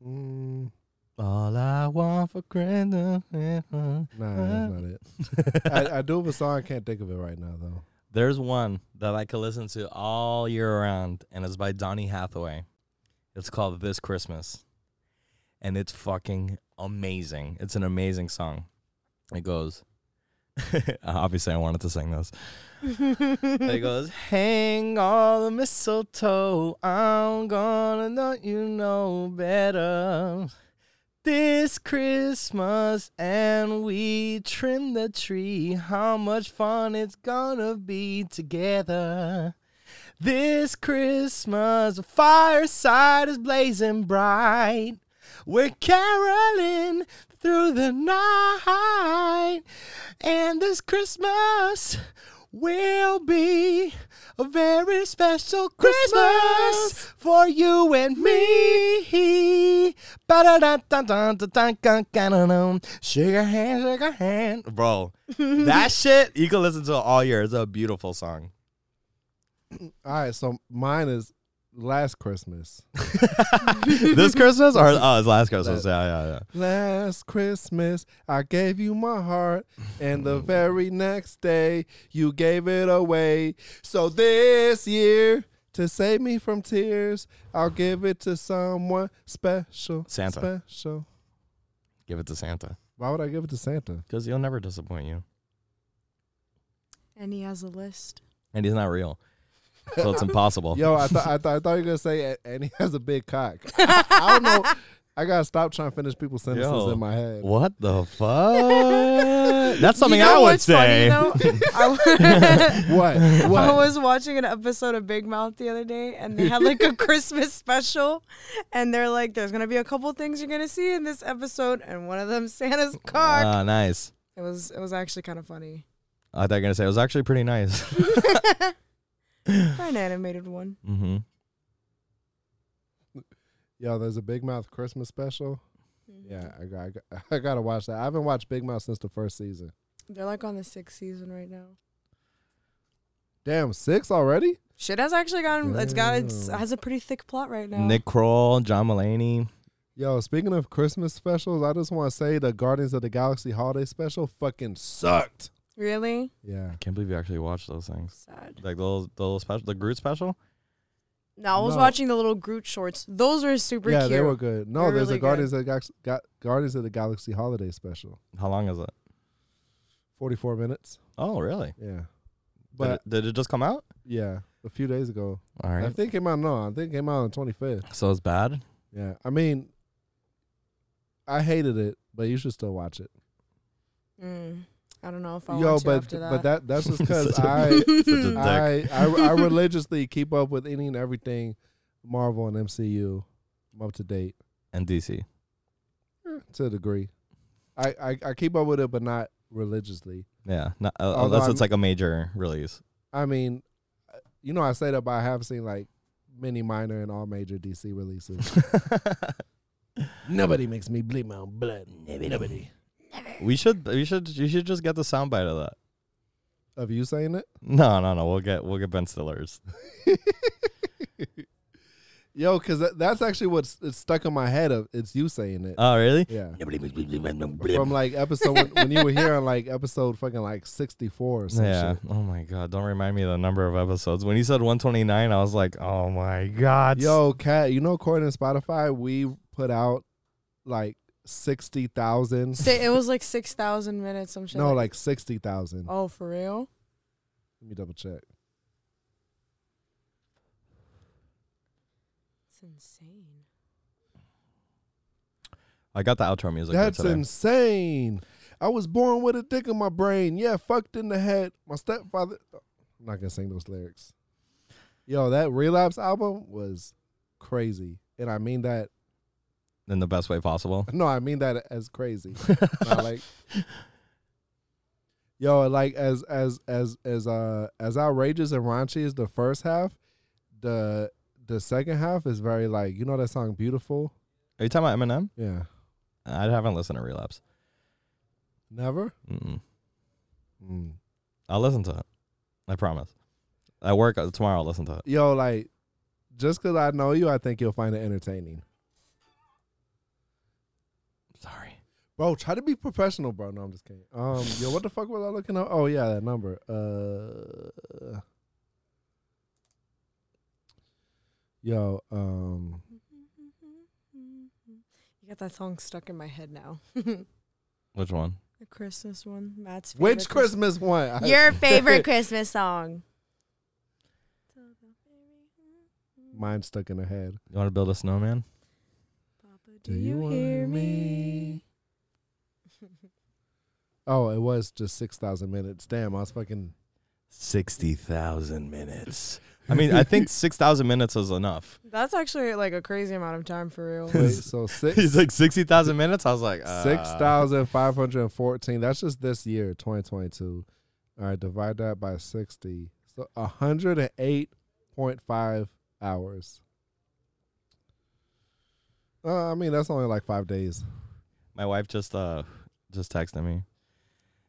Speaker 1: Mm,
Speaker 3: All I want for Christmas. is a-
Speaker 1: nah, that's not it. I, I do have a song. I can't think of it right now though.
Speaker 3: There's one that I could listen to all year round, and it's by Donny Hathaway. It's called This Christmas, and it's fucking amazing. It's an amazing song. It goes. Obviously, I wanted to sing this. it goes, hang all the mistletoe. I'm gonna let you know better. This Christmas, and we trim the tree. How much fun it's gonna be together. This Christmas, the fireside is blazing bright. We're caroling through the night. And this Christmas, will be a very special Christmas for you and me. Ba-da-da-da-da-da-da-da-da-da-da. Shake a hand, shake a hand. Bro, that shit, you can listen to it all year. It's a beautiful song.
Speaker 1: All right, so mine is last Christmas.
Speaker 3: this Christmas or oh, it's last Christmas. Yeah, yeah, yeah.
Speaker 1: Last Christmas, I gave you my heart, and the very next day, you gave it away. So this year, to save me from tears, I'll give it to someone special.
Speaker 3: Santa.
Speaker 1: Special.
Speaker 3: Give it to Santa
Speaker 1: Why would I give it to Santa?
Speaker 3: because he'll never disappoint you.
Speaker 7: And he has a list.
Speaker 3: And he's not real. So it's impossible.
Speaker 1: Yo, I thought I, thought I thought you were gonna say, "A- and he has a big cock. I don't know. I gotta stop trying to finish people's sentences
Speaker 3: Yo.
Speaker 1: in my head.
Speaker 3: What the fuck? That's something I would
Speaker 7: what's
Speaker 3: say.
Speaker 7: Funny, though? I,
Speaker 1: What?
Speaker 7: I
Speaker 1: What?
Speaker 7: was watching an episode of Big Mouth the other day, and they had like a Christmas special, and they're like, "There's gonna be a couple things you're gonna see in this episode," and one of them Santa's cock.
Speaker 3: Ah, nice.
Speaker 7: it was it was actually kind of funny
Speaker 3: I thought you were gonna say it was actually pretty nice.
Speaker 7: for an animated one.
Speaker 3: mm-hmm.
Speaker 1: Yo, there's a Big Mouth Christmas special. Yeah, I got, I got I gotta watch that. I haven't watched Big Mouth since the first season.
Speaker 7: They're like on the sixth season right now.
Speaker 1: Damn, six already?
Speaker 7: Shit has actually gotten it's got it's
Speaker 1: Damn.
Speaker 7: has a pretty thick plot right now.
Speaker 3: Nick Kroll, John Mulaney.
Speaker 1: Yo, speaking of Christmas specials, I just want to say the Guardians of the Galaxy holiday special fucking sucked.
Speaker 7: Really
Speaker 1: Yeah.
Speaker 3: I can't believe you actually watched those things.
Speaker 7: sad.
Speaker 3: Like those, those special, the Groot special.
Speaker 7: No, I was
Speaker 1: No.
Speaker 7: watching the little Groot shorts. Those were super
Speaker 1: yeah,
Speaker 7: cute.
Speaker 1: they were good. No,
Speaker 7: They're
Speaker 1: there's
Speaker 7: really
Speaker 1: a Guardians of, the Galaxy, Ga- Guardians of the Galaxy holiday special.
Speaker 3: How long is it?
Speaker 1: 44 minutes.
Speaker 3: Oh, really?
Speaker 1: Yeah.
Speaker 3: Did
Speaker 1: But
Speaker 3: it, did it just come out?
Speaker 1: yeah, a few days ago.
Speaker 3: All
Speaker 1: I
Speaker 3: right.
Speaker 1: think it came out no, I think it came out on the 25th.
Speaker 3: So it's bad.
Speaker 1: Yeah. I mean I hated it, but you should still watch it.
Speaker 7: Mm, I don't know if I
Speaker 1: Yo,
Speaker 7: want to
Speaker 1: but
Speaker 7: after that.
Speaker 1: but that that's just cuz
Speaker 3: Such a-
Speaker 1: I
Speaker 3: Such a dick.
Speaker 1: I, I I religiously keep up with any and everything Marvel and MCU. I'm up to date
Speaker 3: and DC.
Speaker 1: eh, to a degree. I, I, I keep up with it, but not religiously.
Speaker 3: Yeah. Not, uh,
Speaker 1: Although
Speaker 3: unless
Speaker 1: I'm-
Speaker 3: it's like a major release.
Speaker 1: I mean, uh, you know, I say that, but I have seen like many minor and all major DC releases. Nobody makes me bleed my own blood. Nobody.
Speaker 3: we should. We should. You should just get the soundbite of that.
Speaker 1: Of you saying it?
Speaker 3: No, no, no. We'll get. We'll get Ben Stiller's.
Speaker 1: Yo, because that, that's actually what's it's stuck in my head. Of it's you saying it.
Speaker 3: Oh, really?
Speaker 1: yeah. From like episode when, when you were here on like episode fucking like sixty four or some
Speaker 3: Yeah.
Speaker 1: shit.
Speaker 3: Oh my god! Don't remind me of the number of episodes. When he said 129, I was like, oh my god.
Speaker 1: Yo, Kat, you know, according to Spotify, we put out like 60,000.
Speaker 7: Say it was like six thousand minutes. I'm sure.
Speaker 1: No, like 60,000.
Speaker 7: oh, for real?
Speaker 1: Let me double check.
Speaker 7: It's insane.
Speaker 3: I got the outro music for
Speaker 1: That's
Speaker 3: today.
Speaker 1: insane. I was born with a dick in my brain. Yeah, fucked in the head. My stepfather. I'm not going to sing those lyrics. Yo, that Relapse album was crazy. And I mean that.
Speaker 3: in the best way possible.
Speaker 1: No, I mean that as crazy. Not like yo like as as as as uh as outrageous and raunchy as the first half the the second half is very like you know that song beautiful
Speaker 3: Are you talking about Eminem?
Speaker 1: yeah
Speaker 3: I haven't listened to Relapse.
Speaker 1: never
Speaker 3: Mm-mm.
Speaker 1: mm.
Speaker 3: I'll listen to it. I promise. At work uh, tomorrow, I'll listen to it.
Speaker 1: yo like just because i know you i think you'll find it entertaining
Speaker 3: Sorry.
Speaker 1: bro try to be professional bro no i'm just kidding um yo what the fuck was i looking up oh yeah that number uh yo um
Speaker 7: You got that song stuck in my head now.
Speaker 3: Which one?
Speaker 7: The Christmas one, Matt's. favorite
Speaker 1: Which Christmas one? I-
Speaker 7: Your favorite Christmas song.
Speaker 1: Mine stuck in her head.
Speaker 3: You want to build a snowman?
Speaker 7: Papa, do you hear me?
Speaker 1: Oh, it was just six thousand minutes. Damn, I was fucking.
Speaker 3: Sixty thousand minutes. I mean, I think six thousand minutes is enough.
Speaker 7: That's actually like a crazy amount of time for real.
Speaker 1: Wait, so six
Speaker 3: He's like sixty thousand minutes. I was like uh,
Speaker 1: "Ah." six thousand five hundred fourteen. That's just this year, twenty twenty two. All right, divide that by 60. So 108.5 hours. Uh, I mean, that's only like five days.
Speaker 3: My wife just uh just texted me.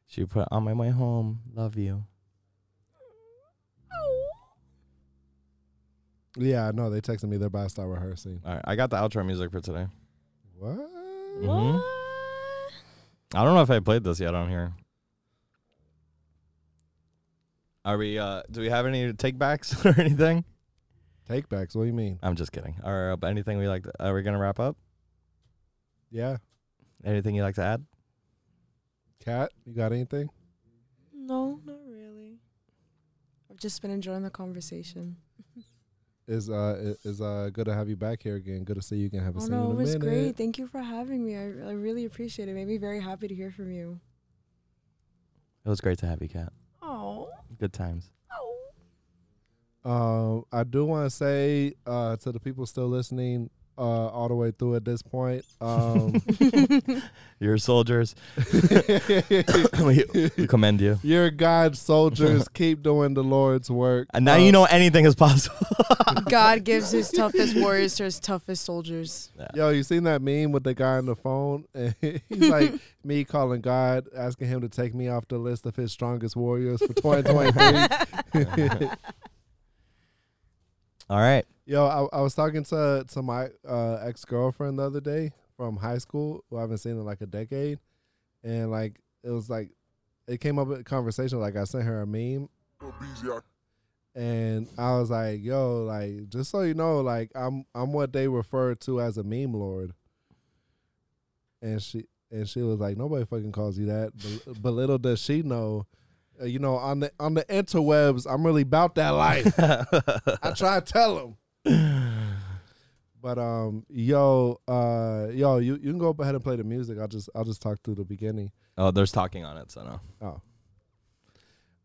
Speaker 3: She put on my way home. Love you.
Speaker 7: Oh,
Speaker 1: Yeah, I know. They texted me. They're about to start rehearsing.
Speaker 3: All right, I got the outro music for today.
Speaker 1: What? Mm-hmm.
Speaker 3: Mhm. I don't know if I played this yet on here. Are we? uh Do we have any takebacks or anything?
Speaker 1: Take backs. What do you mean?
Speaker 3: I'm just kidding. Or uh, anything we like? To, are we gonna wrap up?
Speaker 1: Yeah.
Speaker 3: Anything you like to add?
Speaker 1: Cat, you got anything?
Speaker 7: No, not really. I've just been enjoying the conversation.
Speaker 1: Is uh i- is uh good to have you back here again. Good to see you again. Have a
Speaker 7: Oh
Speaker 1: seen in
Speaker 7: no, it
Speaker 1: a
Speaker 7: was
Speaker 1: minute.
Speaker 7: great. Thank you for having me. I, I really appreciate it. It made me very happy to hear from you.
Speaker 3: It was great to have you, Kat.
Speaker 7: Oh.
Speaker 3: Good times.
Speaker 1: Um, I do want to say uh, to the people still listening uh, all the way through at this point, um,
Speaker 3: You're soldiers. we, we commend you.
Speaker 1: your God soldiers keep doing the Lord's work.
Speaker 3: And now you
Speaker 1: Uh,
Speaker 3: know anything is possible.
Speaker 7: God gives his toughest warriors to his toughest soldiers.
Speaker 1: Yo, you seen that meme with the guy on the phone? He's like me calling God, asking him to take me off the list of his strongest warriors for 2023.
Speaker 3: All right.
Speaker 1: Yo, I, I was talking to to my uh, ex girlfriend the other day from high school, who I haven't seen in like a decade, and like it was like it came up in conversation. Like I sent her a meme, and I was like, "Yo, like just so you know, like I'm I'm what they refer to as a meme lord." And she and she was like, "Nobody fucking calls you that." But, but little does she know, uh, you know, on the on the interwebs, I'm really about that life. I try to tell them. But um, yo, uh, yo, you, you can go up ahead and play the music. I'll just I'll just talk through the beginning.
Speaker 3: Oh, there's talking on it, so no.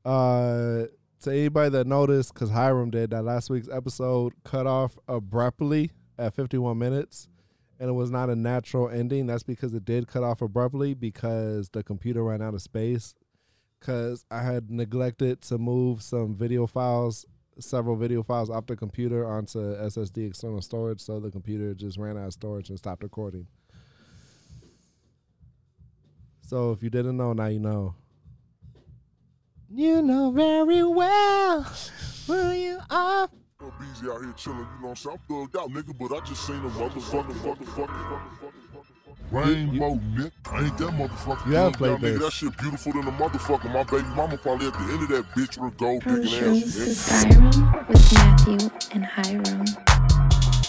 Speaker 1: Oh. Uh, to anybody that noticed, because Hiram did that last week's episode cut off abruptly at 51 minutes, and it was not a natural ending. That's because it did cut off abruptly because the computer ran out of space. Because I had neglected to move some video files, several video files off the computer onto SSD external storage, so the computer just ran out of storage and stopped recording. So if you didn't know, now you know.
Speaker 3: You know very well who you are.
Speaker 4: I'm busy out here chilling, you know what I'm saying? I'm thugged out, nigga, but I just seen a motherfucker, fucking, fucking, Rainbow, nigga. I ain't that motherfucker.
Speaker 1: You have
Speaker 4: thugged
Speaker 1: played
Speaker 4: out, nigga.
Speaker 1: this.
Speaker 4: That shit beautiful than a motherfucker. My baby mama probably at the end of that bitch with a gold
Speaker 2: From
Speaker 4: dick and ass,
Speaker 2: Shrooms to
Speaker 4: nigga.
Speaker 2: Skyrim with Matthew and Hiram.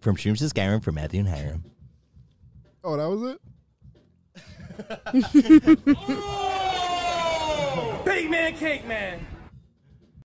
Speaker 3: From Shrooms to Skyrim from Matthew and Hiram.
Speaker 1: Oh, that was it?
Speaker 6: Big man, cake man.